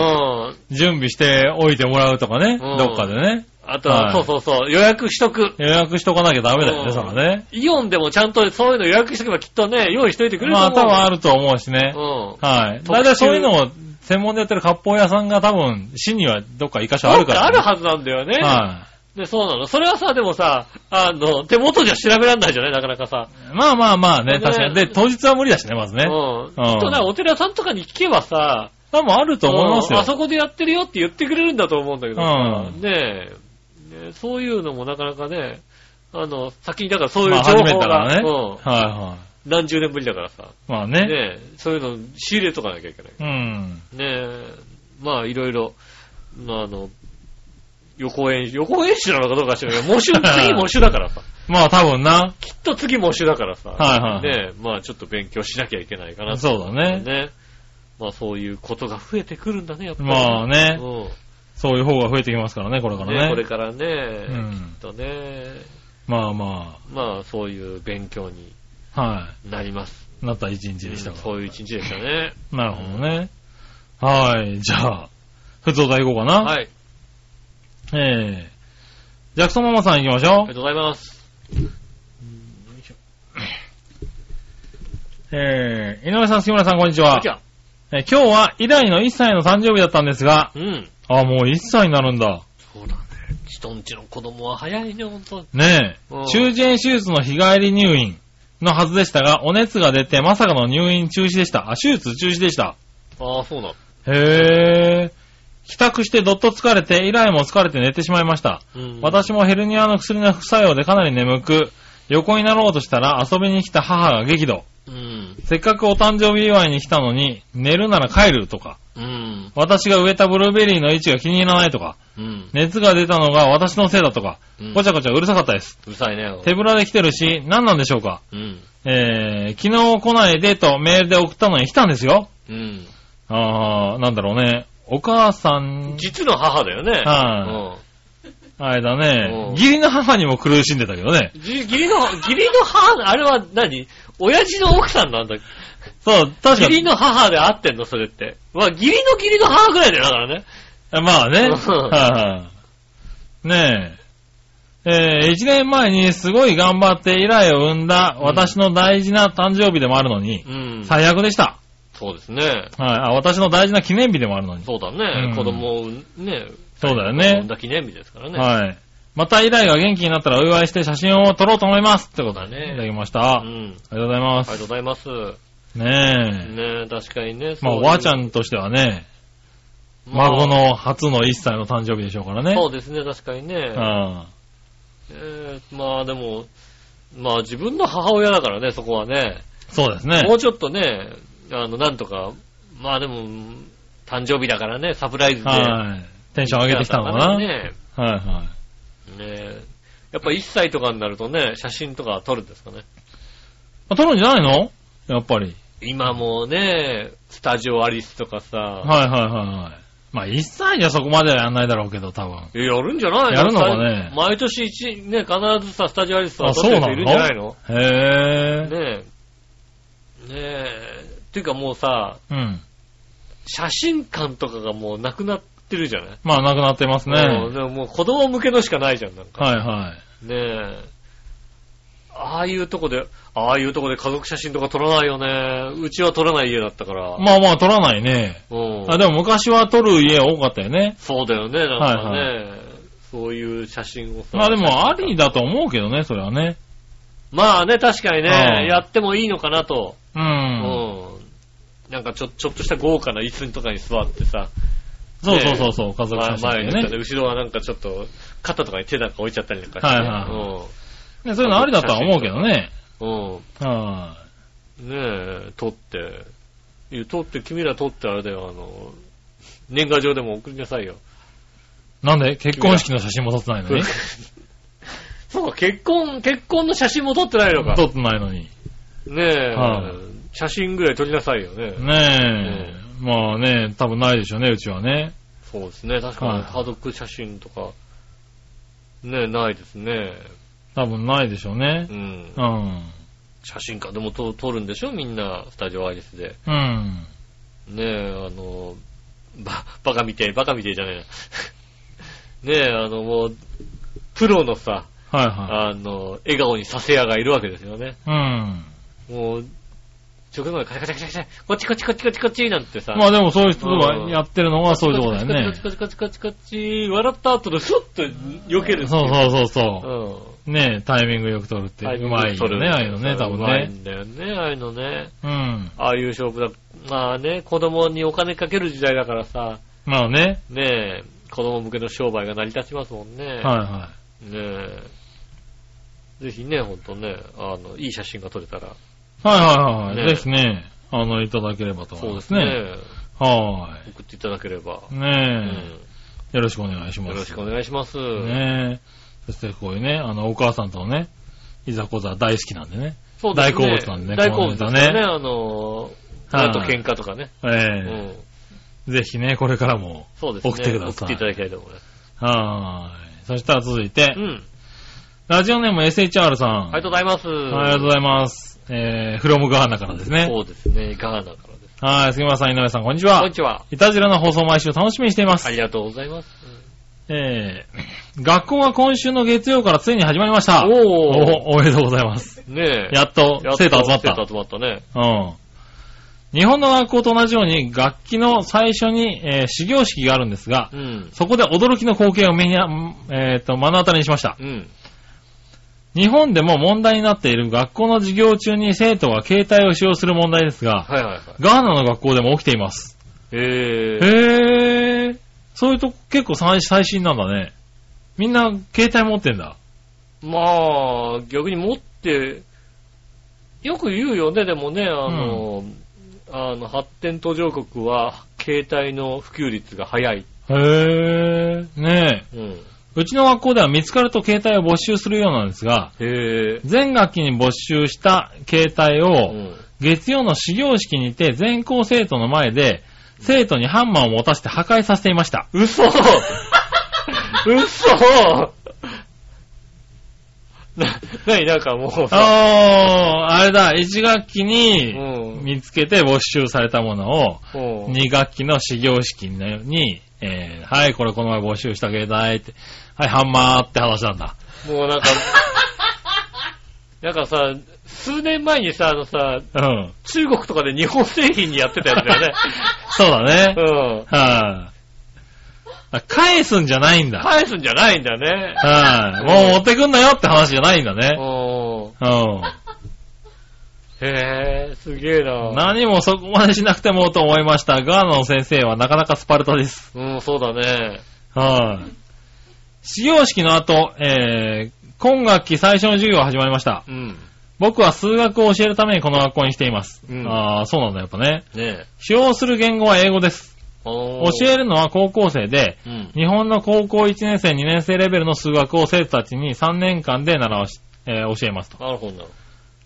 うん。準備しておいてもらうとかね。うんどっかでね。あとは、はいそうそうそう、予約しとく。予約しとかなきゃダメだようね、んそらね。イオンでもちゃんとそういうの予約しておけばきっとね、用意しといてくれるまあ、と多思う。分あると思うしね。うん。はい。特注だいたいそういうのを専門でやってる割烹屋さんが多分、市にはどっか一箇所あるから、あね。るはずなんだよね。はで、そうなの。それはさ、でもさ、あの、手元じゃ調べらんないじゃないなかなかさ。い。まあまあまあね、ね確かに。で、当日は無理だしね、まずね。うん。きっとね、お寺さんとかに聞けばさ、多分あると思いますうんよ。あそこでやってるよって言ってくれるんだと思うんだけどさ、うんねえねそういうのもなかなかね、あの、先にだからそういまうあ、情初め報が、てだからね。うんは何十年ぶりだからさ、いはい。まあね。ねえそういうの仕入れとかなきゃいけない。うん。ねえ、まあいろいろ、まああの、予行演習、予行演習なのかどうか知らないけど、模試、次模試だから さ。まあ多分な。きっと次模試だからさ。はいはいねえ、まあちょっと勉強しなきゃいけないかなとそうだね。ね。まあそういうことが増えてくるんだね、やっぱり。まあねう、そういう方が増えてきますからね、これかん。ねらこれね。からね、うんきっとね、まあままあそういう勉強にあ、はなります。い。なった一日でしたうんかそういう一日でしたね。ら。なるほどね。はい、じゃあ、普通大行こうかな。はい。ええジャクソンママさん行きましありょがう。とうございます。ええ井上さん、杉村さん、こんにちこんはにち。は。えー今日は、以来の1歳の誕生日だったんですが、うん。あ、もう1歳になるんだ。そうだね。人んちの子供は早いね、ほんと。ねえうん。中耳炎手術の日帰り入院のはずでしたが、お熱が出て、まさかの入院中止でした。あ、手術中止でした。ああ、そうなの。へえ。帰宅してどっと疲れて、以来も疲れて寝てしまいました。うん私もヘルニアの薬の副作用でかなり眠く、横になろうとしたら遊びに来た母が激怒。うん。せっかくお誕生日祝いに来たのに、寝るなら帰るとか、うん。私が植えたブルーベリーの位置が気に入らないとか、うん。熱が出たのが私のせいだとかうん、ごちゃごちゃうるさかったです。うるさいね。手ぶらで来てるし、何なんでしょうかうん。えー、昨日来ないでとメールで送ったのに来たんですよ。うん。あー、なんだろうね。お母さん、実の母だよね。はあれだうねん。義理の母にも苦しんでたけどねう。ん。じ義理の、義理の母、あれは何親父の奥さんなんだっけそう、確か義理に。の母で合ってんの、それって。まあ、義理の義理の母ぐらいだよ、だからね。まあね。うんはいはい。ねえ。えー、一年前にすごい頑張って依頼を生んだうん私の大事な誕生日でもあるのにう、ん。最悪でした。そうですね。はい。あ、私の大事な記念日でもあるのに。そうだね。うん子供をね、そうだよ産んね。だ記念日ですからね。はい。また依頼が元気になったらお祝いして写真を撮ろうと思いますってことそうだねいただきました。あうりん。がとうございまありがとうす。ございます。ねえ。ね確かにね。そまあ、ういおうばあちゃんとしてはね、孫。の初の1歳の誕生日でしょうからまあね。そうですね、確かにね。うんえーまあでも、まあ自分の母親だからね、そこはね。そうですね。もうちょっとね、あの、なんとか、まあでも、誕生日だからね、サプライズで。はい。テンション上げてきたのかな。はいねはねやっぱ1歳とかになるとね、写真とか撮るんですかね。い。撮るんじゃないのやっぱり。今もうね、スタジオアリスとかさ、はいはいはいはい。まあ、1歳じゃそこまではやんないだろうけど、多分。えやるんじゃないやるのかね毎年一、ね、必ずさ、スタジオアリスとかあ、撮っそてうる人なのいるんじゃないのへえ。ねえ。ねえ。っていうかもうさ、うん。写真館とかがもうなくなってるじゃないまあ、なくなってますね。もうでももう子供向けのしかないじゃん、なんか。はいはい。ねえ。ああいうとこで、ああいうとこで家族写真とか撮らないよね。うちは撮らない家だったから。まあまあ、撮らないね。うんあ、でも昔は撮る家多かったよね。そうだよね、なんかね。はそういう写真をさ。まあでも、ありだと思うけどね、それはね。まあね、確かにうんね、やってもいいのかなと。う。うんん。なんかちょ、ちょっとした豪華な椅子とかに座ってさ、そうそうそうそう、家族ま写真前に行でったね、。ね後ろはなんかちょっと、肩とかに手なんか置いちゃったりなんかして。はいはいねそういうのありだとは思うけどね。うん。うん。はねえ、撮って。いや撮って、君ら撮ってあれだよ、あの、年賀状でも送りなさいよ。い。なんで結婚式の写真も撮ってないのに そうか、結婚、結婚の写真も撮ってないのか。撮ってないのに。ねえ、はい写真ぐらい撮りなさいよね。ねえ。まあね、多分ないでしょうね、うちはね。そうですね、確かはにい家族写真とか、ねえ、ないですね。多分ないでしょうねう。んう。ん。写真家でもと撮るんでしょみんな、スタジオアイリスで。うん。ねえ、あの、ば、バカみてえ、バカみてえじゃないな。 ねえ、あの、もう、プロのさ、はいはあの、笑顔にさせやがいるわけですよね。い。うん。もう、直前までカチャカチャカチャカチャ、こっちこっちこっちこっちこっちなんてさ。まあでもそういう人がやってるのはそういうとこだよねカチ。カチカチカチカチカチ、笑った後でスッと避ける。。そうそうそうそうう。ねえ、タイミングよく撮るって。うん。うまいよね、ああいうのね、多分うまいね。んだよね、ああいうのね。うん。ああいう勝負だ。まあね、子供にお金かける時代だからさ、まあね。ねえ、子供向けの商売が成り立ちますもんね。はいはねえ。ぜひね、ほんとね、あの、いい写真が撮れたら。い。はいはいはい。ねぜひね、あの、いただければと思そいうまですすね。ね。は送っていただければ。ーい。うねんえ、よろしくお願いします。よろしくお願いします。ねえ。そしてこういうね、あの、お母さんとのね、いざこざ大好きなんでね。そうですね。大好物なんでね大好物ですからこのね。ネあの、はい親と喧嘩とかね。うえん。えぜひね、これからも。そうですね。送ってくだ送さいっていただきたいと思います。はーい。そしたら続いて、うん。ラジオネーム SHR さん。ありがとうございます。はいありがとうございます。えー、フロムガーナからですね。そうですね。ガーナからです。はい、杉村さん、井上さん、こんにちこんはに。ちは。いたじらの放送を毎週楽しみにしています。ありがとうございます。えー、学校は今週の月曜からついに始まりました。おおおめでとうございます。ー。ねえ。やっとやっ、と生徒集まっ生た。徒集まったね。うん。日本の学校と同じように、楽器の最初に、えー始業式があるんですがう、ん。そこで驚きの光景を目にあ、えーと、目の当たりにしました。うん。日本でも問題になっている学校の授業中に生徒が携帯を使用する問題ですが、はいはいはい。ガーナの学校でも起きています。えへー。そういうとこ結構最最新なんだね。みんな携帯持ってんだ。まあ、逆に持って、よく言うよね、でもね、あの、あの発展途上国は、携帯の普及率が早い。へえ。ねえ。うん。うちの学校では見つかると携帯を没収するようなんですが、へえ。全学期に没収した携帯うを、ん。月曜の始業式にて全校生徒の前で、生徒にハンマーを持たせて破壊させていました。 嘘嘘な、なになんかもうさ、あー、あれだ、1学期うにん。見つけて没収されたものを、うん2学期の始業式に、えー、はい、これこの前募集した携帯って、はい、ハンマーって話なんだ。もうなんか、なんかさ、数年前にさ、あのさ、うん。中国とかで日本製品にやってたやつだよね。そうだね。うん。はい、あ返すんじゃないんだ。返すんじゃないんだね。はい、もう持ってくんなよって話じゃないんだね。おーうへえ、すげえん。な。何もそこまでしなくてもと思いましたが、あの先生はなかなかスパルタです。うん、そうだね。はい、始業式の後、えー、今学期最初の授業が始まりました。うん。僕は数学を教えるためにこの学校にしています。うんああ、そうなんだ、やっぱね。ねえ。使用する言語は英語です。教教えるのは高校生で、うん。日本の高校1年生、2年生レベルの数学を生徒たちに3年間で習わし、えー教えますと。なるほどなる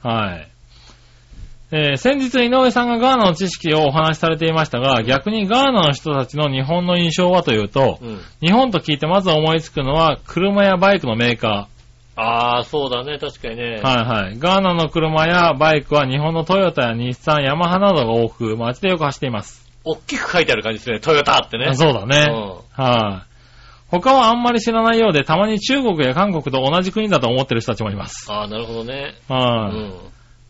はい。えー先日井上さんがガーナの知識をお話しされていましたが、逆にガーナの人たちの日本の印象はというと、ほど。うん。日本と聞いてまず思いつくのは、車やバイクのメーカああ、そうだね、確かにねー。。はいはい。ガーナの車やバイクは日本のトヨタや日産、ヤマハなどが多く、街でよく走っています。おっきく書いてある感じですね、トヨタってねあ。そうだね。はい。他はあんまり知らないようで、たまに中国や韓国と同じ国だと思ってる人たちもいます。うん。ああ、なるほどね。うはい。ん。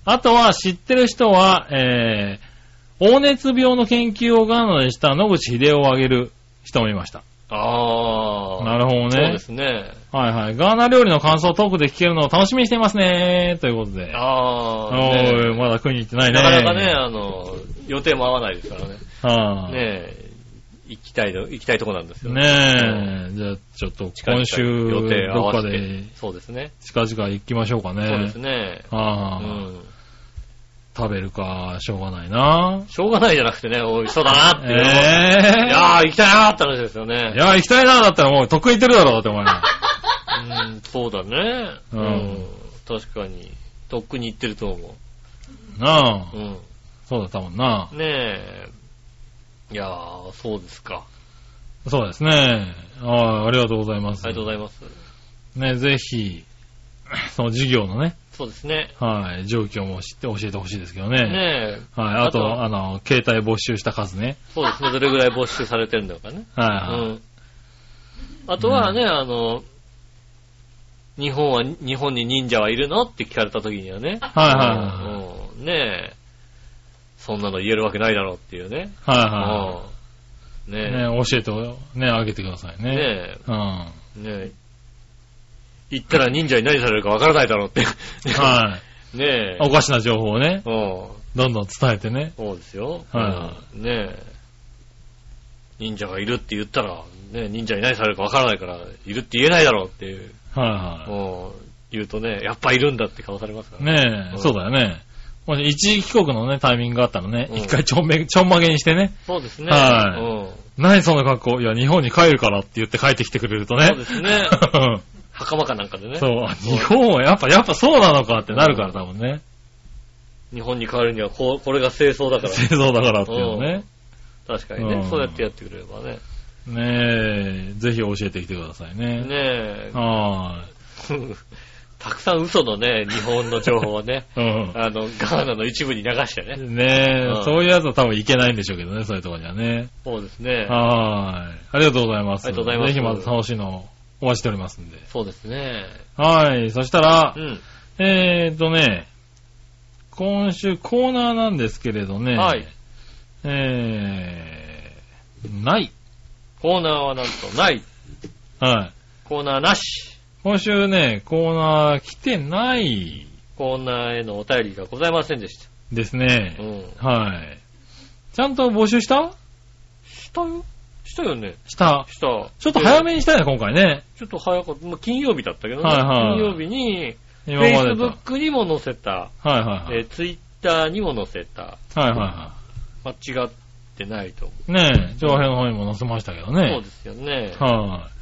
あとは知ってる人は、えー、黄熱病の研究をガーナでした野口秀夫を挙げる人もいました。ああ。なるほどね。そうですね。はいはい。ガーナ料理の感想をトークで聞けるのを楽しみにしていますね。ということで。ああ。おねえーい、まだ食いに行ってないなね。かなかね、あの、予定も合わないですからね。はあ。ねねえ、行きたいと、行きたいとこなんですえ。よ。じゃあ、ちょっと近々今週、予定合どっわかせてで。そうですね。近々行きましょうかね。そうですね。うああ、ん。食べるか、しょうがないな。しょうがないじゃなくてね、おい、そうだなっていう。ええいやー、行きたいなーって話ですよいね。や、行きたいな、だったらもう、得意ってるだろう、だってお前 ら。うん、そうだね。ううんん。確かに。とっくに行ってると思なあう。う、ん。そうだったもんな。ねえ。いやー、そうですか。そうですね。ああ、ありがとうございます。ありがとうございます。ね、ぜひ、 その授業のね、そうですね。はい、状況も知って教えてほしいですけどね。ねえ。はい、ああと、とあの、携帯没収した数ね。そうですね。どれぐらい没収されてるのかね。はい、はい。うんあとはね、あの、日本は、日本に忍者はいるのって聞かれた時にはね。はいはいはいうんねえ。そんなの言えるわけないだろうっていうね。はうんいはい。ねね、教えて、ね、あげてくださいえ。ね。ねうん。はえ。ねえ。行ったら忍者に何されるかわからないだろうって。い。あ ねえ。おかしな情報をね、うん。どんどん伝えてね。そうですよ。はうんねえ。忍者がいるって言ったら、ねえ、忍者に何されるかわからないから、いるって言えないだろうっていう。はもう、言うとね、やっぱいるんだって顔されますかいはい。らねうえ、んそうだよね。もし一時帰国のね、タイミングがあったらね、うん一回ちょんめ、ちょんまげにしてね、そうですね。はいうん。何その格好いや、日本に帰るからって言って帰ってきてくれるとね。そうです ねうん袴かなんかでね。 そう、日本はやっぱ、やっぱそうなのかってなるから多分ね。日本に帰るには、こう、これが清掃だ から。製造だからっていうのね。確かにね、うんそうやってやってくれればね。ねえ、ぜひ教えてきてくださいね。ねえ。 はたくさん嘘のね、日本の情報をね、ーい。 うん。あの、ガーナの一部に流してね。ねえ、うんそういうやつは多分いけないんでしょうけどね、そういうとこにはね。そうですね。はーい。ありがとうございます。ありがとうございますぜひまた楽しいのをお待ちしておりますんで。そうですね。はい。そしたらう、ん。えーっとね、今週コーナーなんですけれどね。はい。えー、ない。コーナーはなんとない。はい。コーナーなし。今週ね、コーナー来てないコーナーへのお便りがございませんでしですた。うね。ん。はい。ちゃんと募集したしたよ。したよね。した。した。ちょっと早めにしたいな、今回ね。ちょっと早かった。まあ、金曜日だったけどね。はいはい金曜日に、今までと。はい Facebook にも載せた、はいはい。えー、Twitter にも載せた。はいはいは間違ってないと思い。ねえ、長編の方にも載せましたけどう。ね。そうですよね。はい。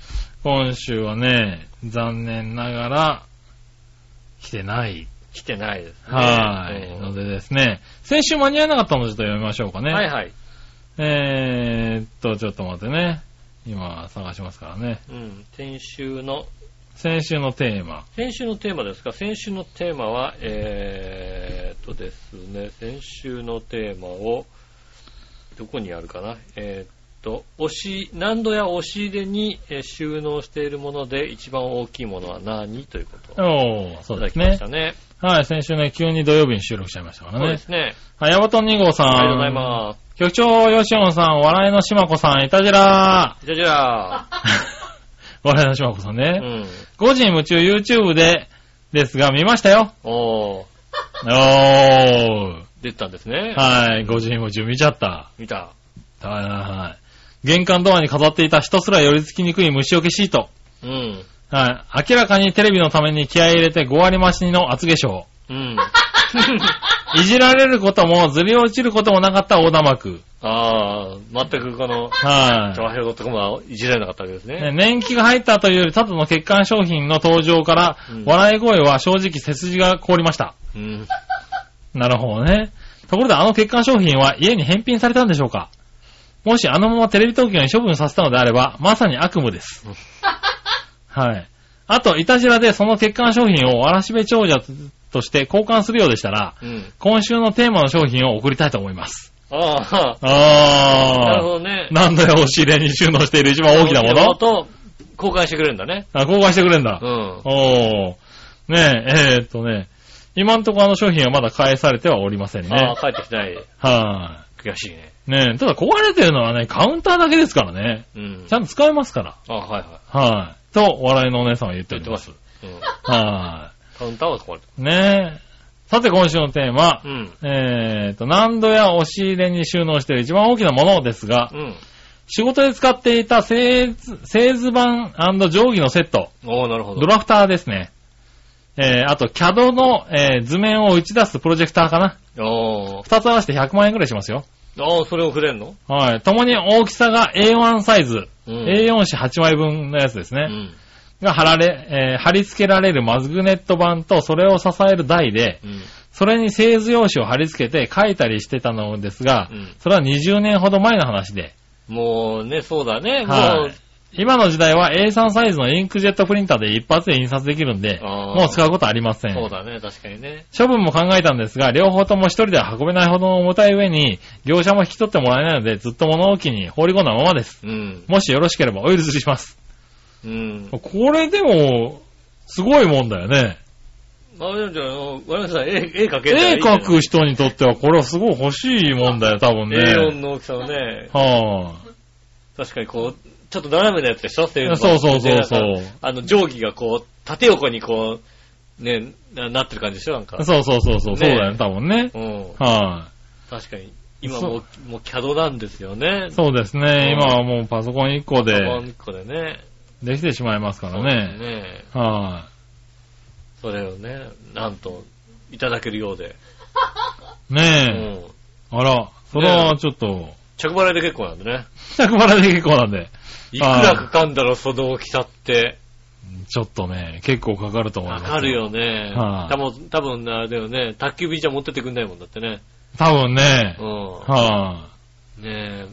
今週はね、残念ながら、来てない。来てないですね。はい。うんのでですね、先週間に合わなかったのでちょっと読みましょうかね。はいはい。えーっと、ちょっと待ってね。今、探しますからね。うん。先週の、先週のテーマ。先週のテーマですか先週のテーマは、えーっとですね、先週のテーマを、どこにあるかなえーっと、押し、何度や押し入れにえー収納しているもので一番大きいものは何ということをおー、そうでいすただきまねし。たね。はい、先週ね、急に土曜日に収録しちゃいましたからそうでね。すね。はい、ヤバトン2号さん。ありがとうございます。す。局長、ヨシオンさん、笑いのしまこさん、いたじらじゃあじゃ あ、ー。笑いのしまこさんうね。ん。 5時に夢中 YouTube で、ですが、見ましたよ。おー、おー。出てたんですね。はい、5時に夢中見ちゃった。見た。はいはいはい。玄関ドアに飾っていた人すら寄り付きにくい虫除けシート。うん。はい。明らかにテレビのために気合い入れて5割増しの厚化粧。うん。いじられることも、ずり落ちることもなかった大玉区。ああ、全くこの、は長平とかもいじられなかったわけですい。ねね。年季が入ったというより、ただの欠陥商品の登場から、うん笑い声は正直背筋が凍りました。うん。なるほどね。ところであの欠陥商品は家に返品されたんでしょうかもしあのままテレビ東京に処分させたのであれば、まさに悪夢 です。はい。あと、いたじらでその欠陥商品をわらしべ長者として交換するようでしたら、うん。今週のテーマの商品を送りたいと思います。ああ、なるあほどねー。。何度や押し入れに収納している一番大きなものと、交換してくれるんだね。あ、交換してくれるんだう。ん。おー。ねえ、えーっとね、今んとこあの商品はまだ返されてはおりませんね。ああ、はい、帰ってきてない。悔しいね。ねえ、ただ壊れてるのはね、カウンターだけですからね。うんち。ゃんと使えますから。あはいはい。はい。と、笑いのお姉さんは言ってお言ってまりま。すす。うん。はカウンターは壊れてい。ねえ。さて、今週のテーマ。うん。えーと、何度や押し入れに収納している一番大きなものですが、うん。仕事で使っていた製図製図板定規のセット、おおなるほドど。ラフターですね。えー、あと、CAD の、えー図面を打ち出すプロジェクターかな。おー二つ合わせて100万円くらいしますよ。ああ、それをくれんのはい。ともに大きさが A1 サイズ、うん A4 紙8枚分のやつですうね。ん。が貼られ、えー貼り付けられるマグネット板とそれを支える台で、うん。それに製図用紙を貼り付けて書いたりしてたのですが、うんそれは20年ほど前の話で、もうね、そうだね。もはうい、今の時代は A3 サイズのインクジェットプリンターで一発で印刷できるんで、あーもう使うことありません。そうだね、確かにね。処分も考えたんですが、両方とも一人では運べないほどの重たい上に、業者も引き取ってもらえないので、ずっと物置に放り込んだままです。うん。もしよろしければお許しします。うん。これでも、すごいもんだよね。まあ、でもじゃああの、わかりました。絵、絵描けたらい絵いんじゃない描く人にとってはこれはすごい欲しいもんだよ、多分 A4 ね。の大きさをね、は確かにこう、ちょっと斜めのやつでしょっていうのがそうそうそうそうでなんかあの、定規がこう、縦横にこう、ね、ななってる感じでしょなんかい。。そうそうそうそう、ねそうだよね、多分ね。うん。は確かに。今そうもう、もう CAD なんですよねい。。そうですうね、ん今はもうパソコン1個パでソコン一個でね。できてしまいますからね。ね。はそれをね、なんと、いただけるようで。い。うねん。え。あら、それはちょっと、着払いで結構なんでね。着払いで結構なんで、いくらかかんだろ、その大きさって。 ちょっとね、結構かかると思いわます。かる。よね。はい多分、多分あれだよね。宅急便じゃ持ってってくんないもんだってね。多分ねう。ん。はね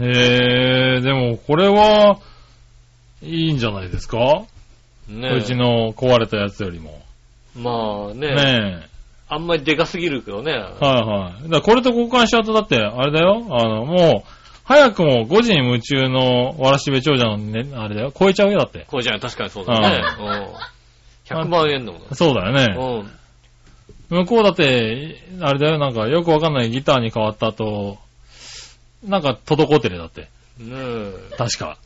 え。い。えー、でもこれは、いいんじゃないですかねえうちの壊れたやつよりも。まあねねあんまりでかすぎるけどね。え。はいはい。だからこれと交換しちゃうと、だって、あれだよ。あの、もう、早くも5時に夢中のわらしべ長者のね、あれだよ。超えちゃうよ、だって。こうじゃん、確かにそうだね。うん100万円のもそうだよね。の。うん。向こうだって、あれだよ、なんかよくわかんないギターに変わった後、なんか滞ってるよだって。ねえ。確か。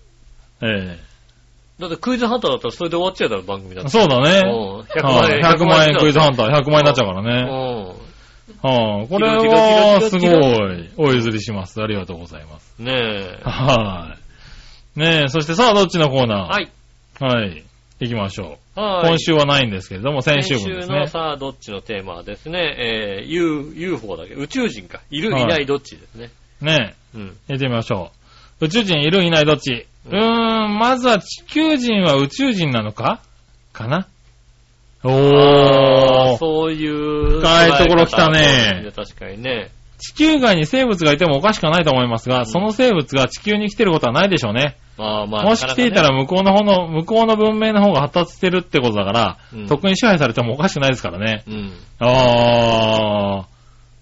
えだってクイズハンターだったらそれで終わっちゃうだろ、番組だっえて。そうだね。うん100万はい円。 100万円クイズハンター、100万円になっちゃうからうね。ん。はいこれは、すごい、お譲りします。ありがとうございます。ねえ。はい。ねえ、そしてさあ、どっちのコーナーはい。はい。行きましょう。はい。今週はないんですけれども、先週分ですねの。さあ、どっちのテーマはですね、えー、U、UFO だけど、宇宙人か。いる、はいい、ない、どっちですね。ねうん。え、やってみましょう。宇宙人いるいないどっちううーんん、まずは地球人は宇宙人なのかかなあおーー。そういう。深いところ来たね。確かにね。地球外に生物がいてもおかしくはないと思いますが、その生物が地球に来てることはないでしょうね。まあまあ、もし来ていたらなか向こうの方の、向こうの文明の方が発達してるってことだから、うん特に支配されてもおかしくないですからね。なかね、あー、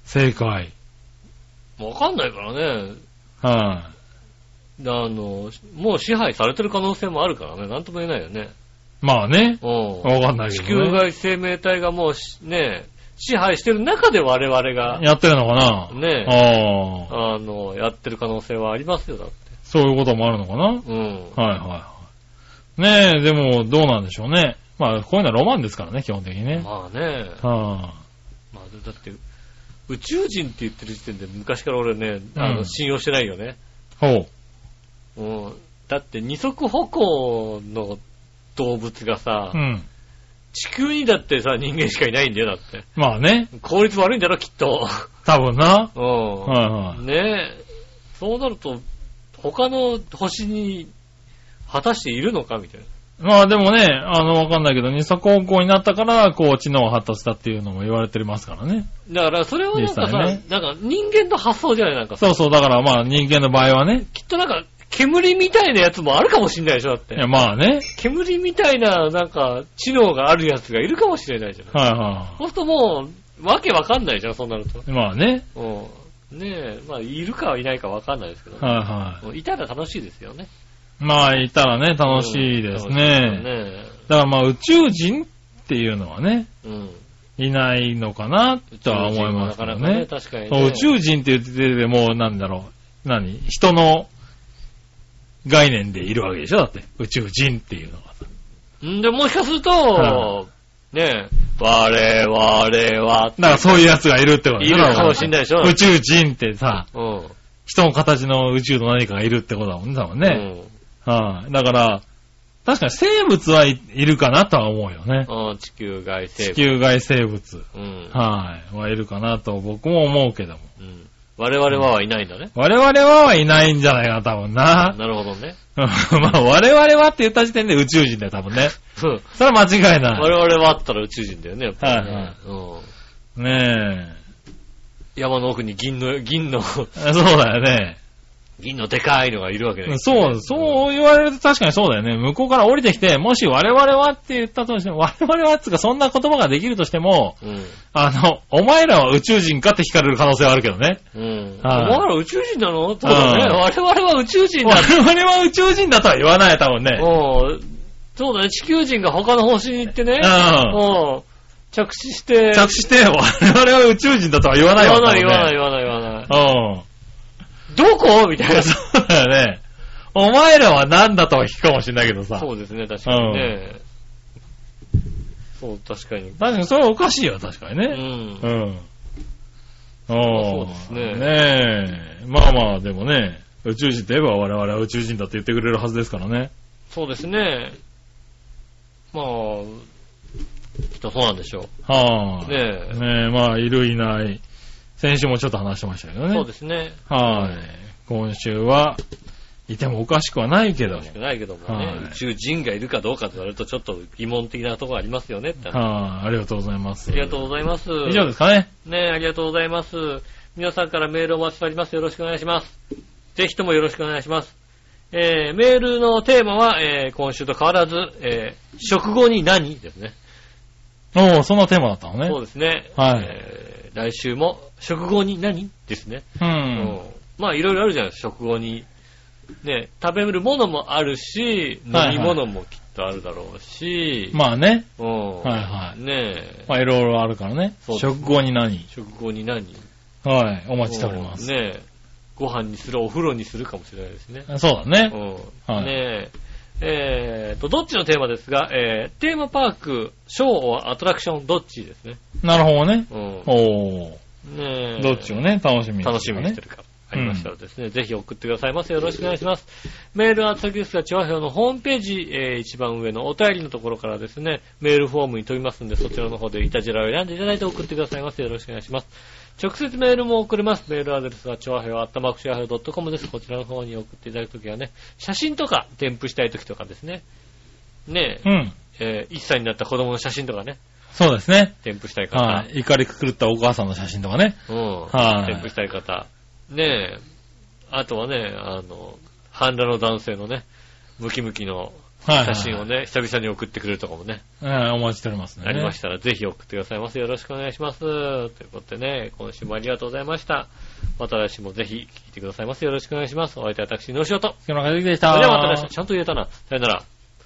正解。うん。わかんないからね。はあの、もう支配されてる可能性もあるからね。なんとも言えないよね。い。まあね。う。わかんなんいけ地ど、ね。球外生命体がもうしね、支配してる中で我々が、やってるのかなねああ。あの、やってる可能性はありますよ、だって。そういうこともあるのかなはうん。いはいはい。ねえ、でもどうなんでしょうね。まあ、こういうのはロマンですからね、基本的にね。まあね。はあ、まあ、だって、宇宙人って言ってる時点で昔から俺ね、あうの、ん信用してないよね。ほうん。だって二足歩行の動物がさ、う。うん。地球にだってさ、人間しかいないんだよ、だって。まあね。効率悪いんだろ、きっと。多分な。うはいはい。ん。ねえ。そうなると、他の星に果たしているのか、みたいな。まあでもね、あの、わかんないけど、二足歩行になったから、こう、知能が発達したっていうのも言われてますからね。だから、それはなんか実さ、際ねなんか人間の発想じゃないなんかさ、そうそう、だからまあ人間の場合はね。きっとなんか、煙みたいなやつもあるかもしんないでしょ、だってい。や、まあね。煙みたいな、なんか、知能があるやつがいるかもしれないじゃない。はいはそうするともう、わけわかんないじゃん、そうなると。い。まあね。うん。ねえ、まあ、いるかいないかわかんないですけど、はいはいたら楽しいですよね。い。まあ、いたらね、楽しいですうんね。だからまあ、宇宙人っていうのはね、楽しいですよね。うん。いないのかな、とは思いますなかなけどかね、ね。確かに、そうね。宇宙人って言ってて、もうなんだろう。何人の概念でいるわけでしょだって。宇宙人っていうのは。んで、もしかするはと、ねえ、我々は、だからそういう奴がいるってこといるかもしれないでしょ。宇宙人ってさ、うん。人の形の宇宙の何かがいるってことだもんね、多分うね。んはい、だから、確かに生物はい、いるかなとは思うよね。うん。地球外生地物。球外生物。うん。はい、はいるかなと僕も思うけども。うん。我々ははいないんだね。我々ははいないんじゃないかな、多分な。 なるほどね。まあ、我々はって言った時点で宇宙人だよ、多分ね。そう。それは間違いな我々はあったら宇宙人だよね、やっぱりね、はいはいうん。い。ね山の奥に銀の、銀の、え。そうだよね。銀のでかいのがいるわけだよね。そう、そう言われると確かにそうだよね。向こうから降りてきて、もし我々はって言ったとしても、我々はっていうかそんな言葉ができるとしても、うん。あの、お前らは宇宙人かって聞かれる可能性はあるけどね。うん。おはい前ら宇宙人なのそうだね。うん我々は宇宙人我だ。々は宇宙人だとは言わない、多分ね。うん。そうだね。地球人が他の星に行ってね。うんうん。着地して。着地して、我々は宇宙人だとは言わない言わわない、言多わない、分ね言わない、言わない。うん。 どこみたいな。そそうだよね。お前らは何だとは聞くかもしれないけどさ。うですね、確かにね。そう、確かに。確かにそれはおかしいよ、確かにうね。んう。ん。そうおーですねねえ。まあまあ、でもね、宇宙人といえば我々は宇宙人だって言ってくれるはずですからね。そうですね。まあ、きっとそうなんでしょはう。い。ねえ。ねえ、まあ、いるいない。先週もちょっと話してましたけどね。そうですね。はい。今週は、いてもおかしくはないけどもし。かないけどもね、はい宇宙人がいるかどうかと言われるとちょっと疑問的なところありますよねって話。はい。ありがとうございます。ありがとうございます。以上ですかね。ねありがとうございます。皆さんからメールをお待ちしております。よろしくお願いします。ぜひともよろしくお願いします。えー、メールのテーマは、えー、今週と変わらず、えー、食後に何ですね。おおそんなテーマだったのね。そうですね。はいえー、来週も、食後に何ですね。ううんん。まあ、いろいろあるじゃないですか、食後に。ね、食べるものもあるし、飲はいはいみ物もきっとあるだろうし、まあね。うん。はいはいねえ、まあいろいろあるからね。そうです食後に何食後に何はい。お待ちしております。うんねえ、ご飯にする、お風呂にするかもしれないですね。そうだね。うん。はいねえ、えーと、どっちのテーマですが、えー、テーマパーク、ショー、アトラクション、どっちですね。なるほどね。うん。おお、ねえ、どっちをね、楽しみに楽しみにしてるるか。ありましたらですね、ぜひ送ってくださいませ。よろしくお願いします。メールは、次ですが、チワヒョウのホームページ、えー一番上のお便りのところからですね、メールフォームに飛びますんで、そちらの方でイタジェラを選んでいただいて送ってくださいませ。よろしくお願いします。直接メールも送れます。メールアドレスは、チョアヘアアットマークチョアヘア .com です。こちらの方に送っていただくときはね、写真とか添付したいときとかですね。ねえ、うん。えー1歳になった子供の写真とかね、そうですね。添付したい方。はい。怒りくくったお母さんの写真とかね。うん。はい添付したい方。ねえ。あとはね、あの、半裸の男性のね、ムキムキのはい、はい。写真をね、久々に送ってくれるとかもね、うん、お待ちしておりますね。ありましたら、ぜひ送ってくださいませ。よろしくお願いします。ということでね、今週もありがとうございました。また来週もぜひ聞いてくださいませ。よろしくお願いします。お相手は私、のしおと。た。木村和之でしそた。れではまた来週、ちゃんと言えたな。さよなら。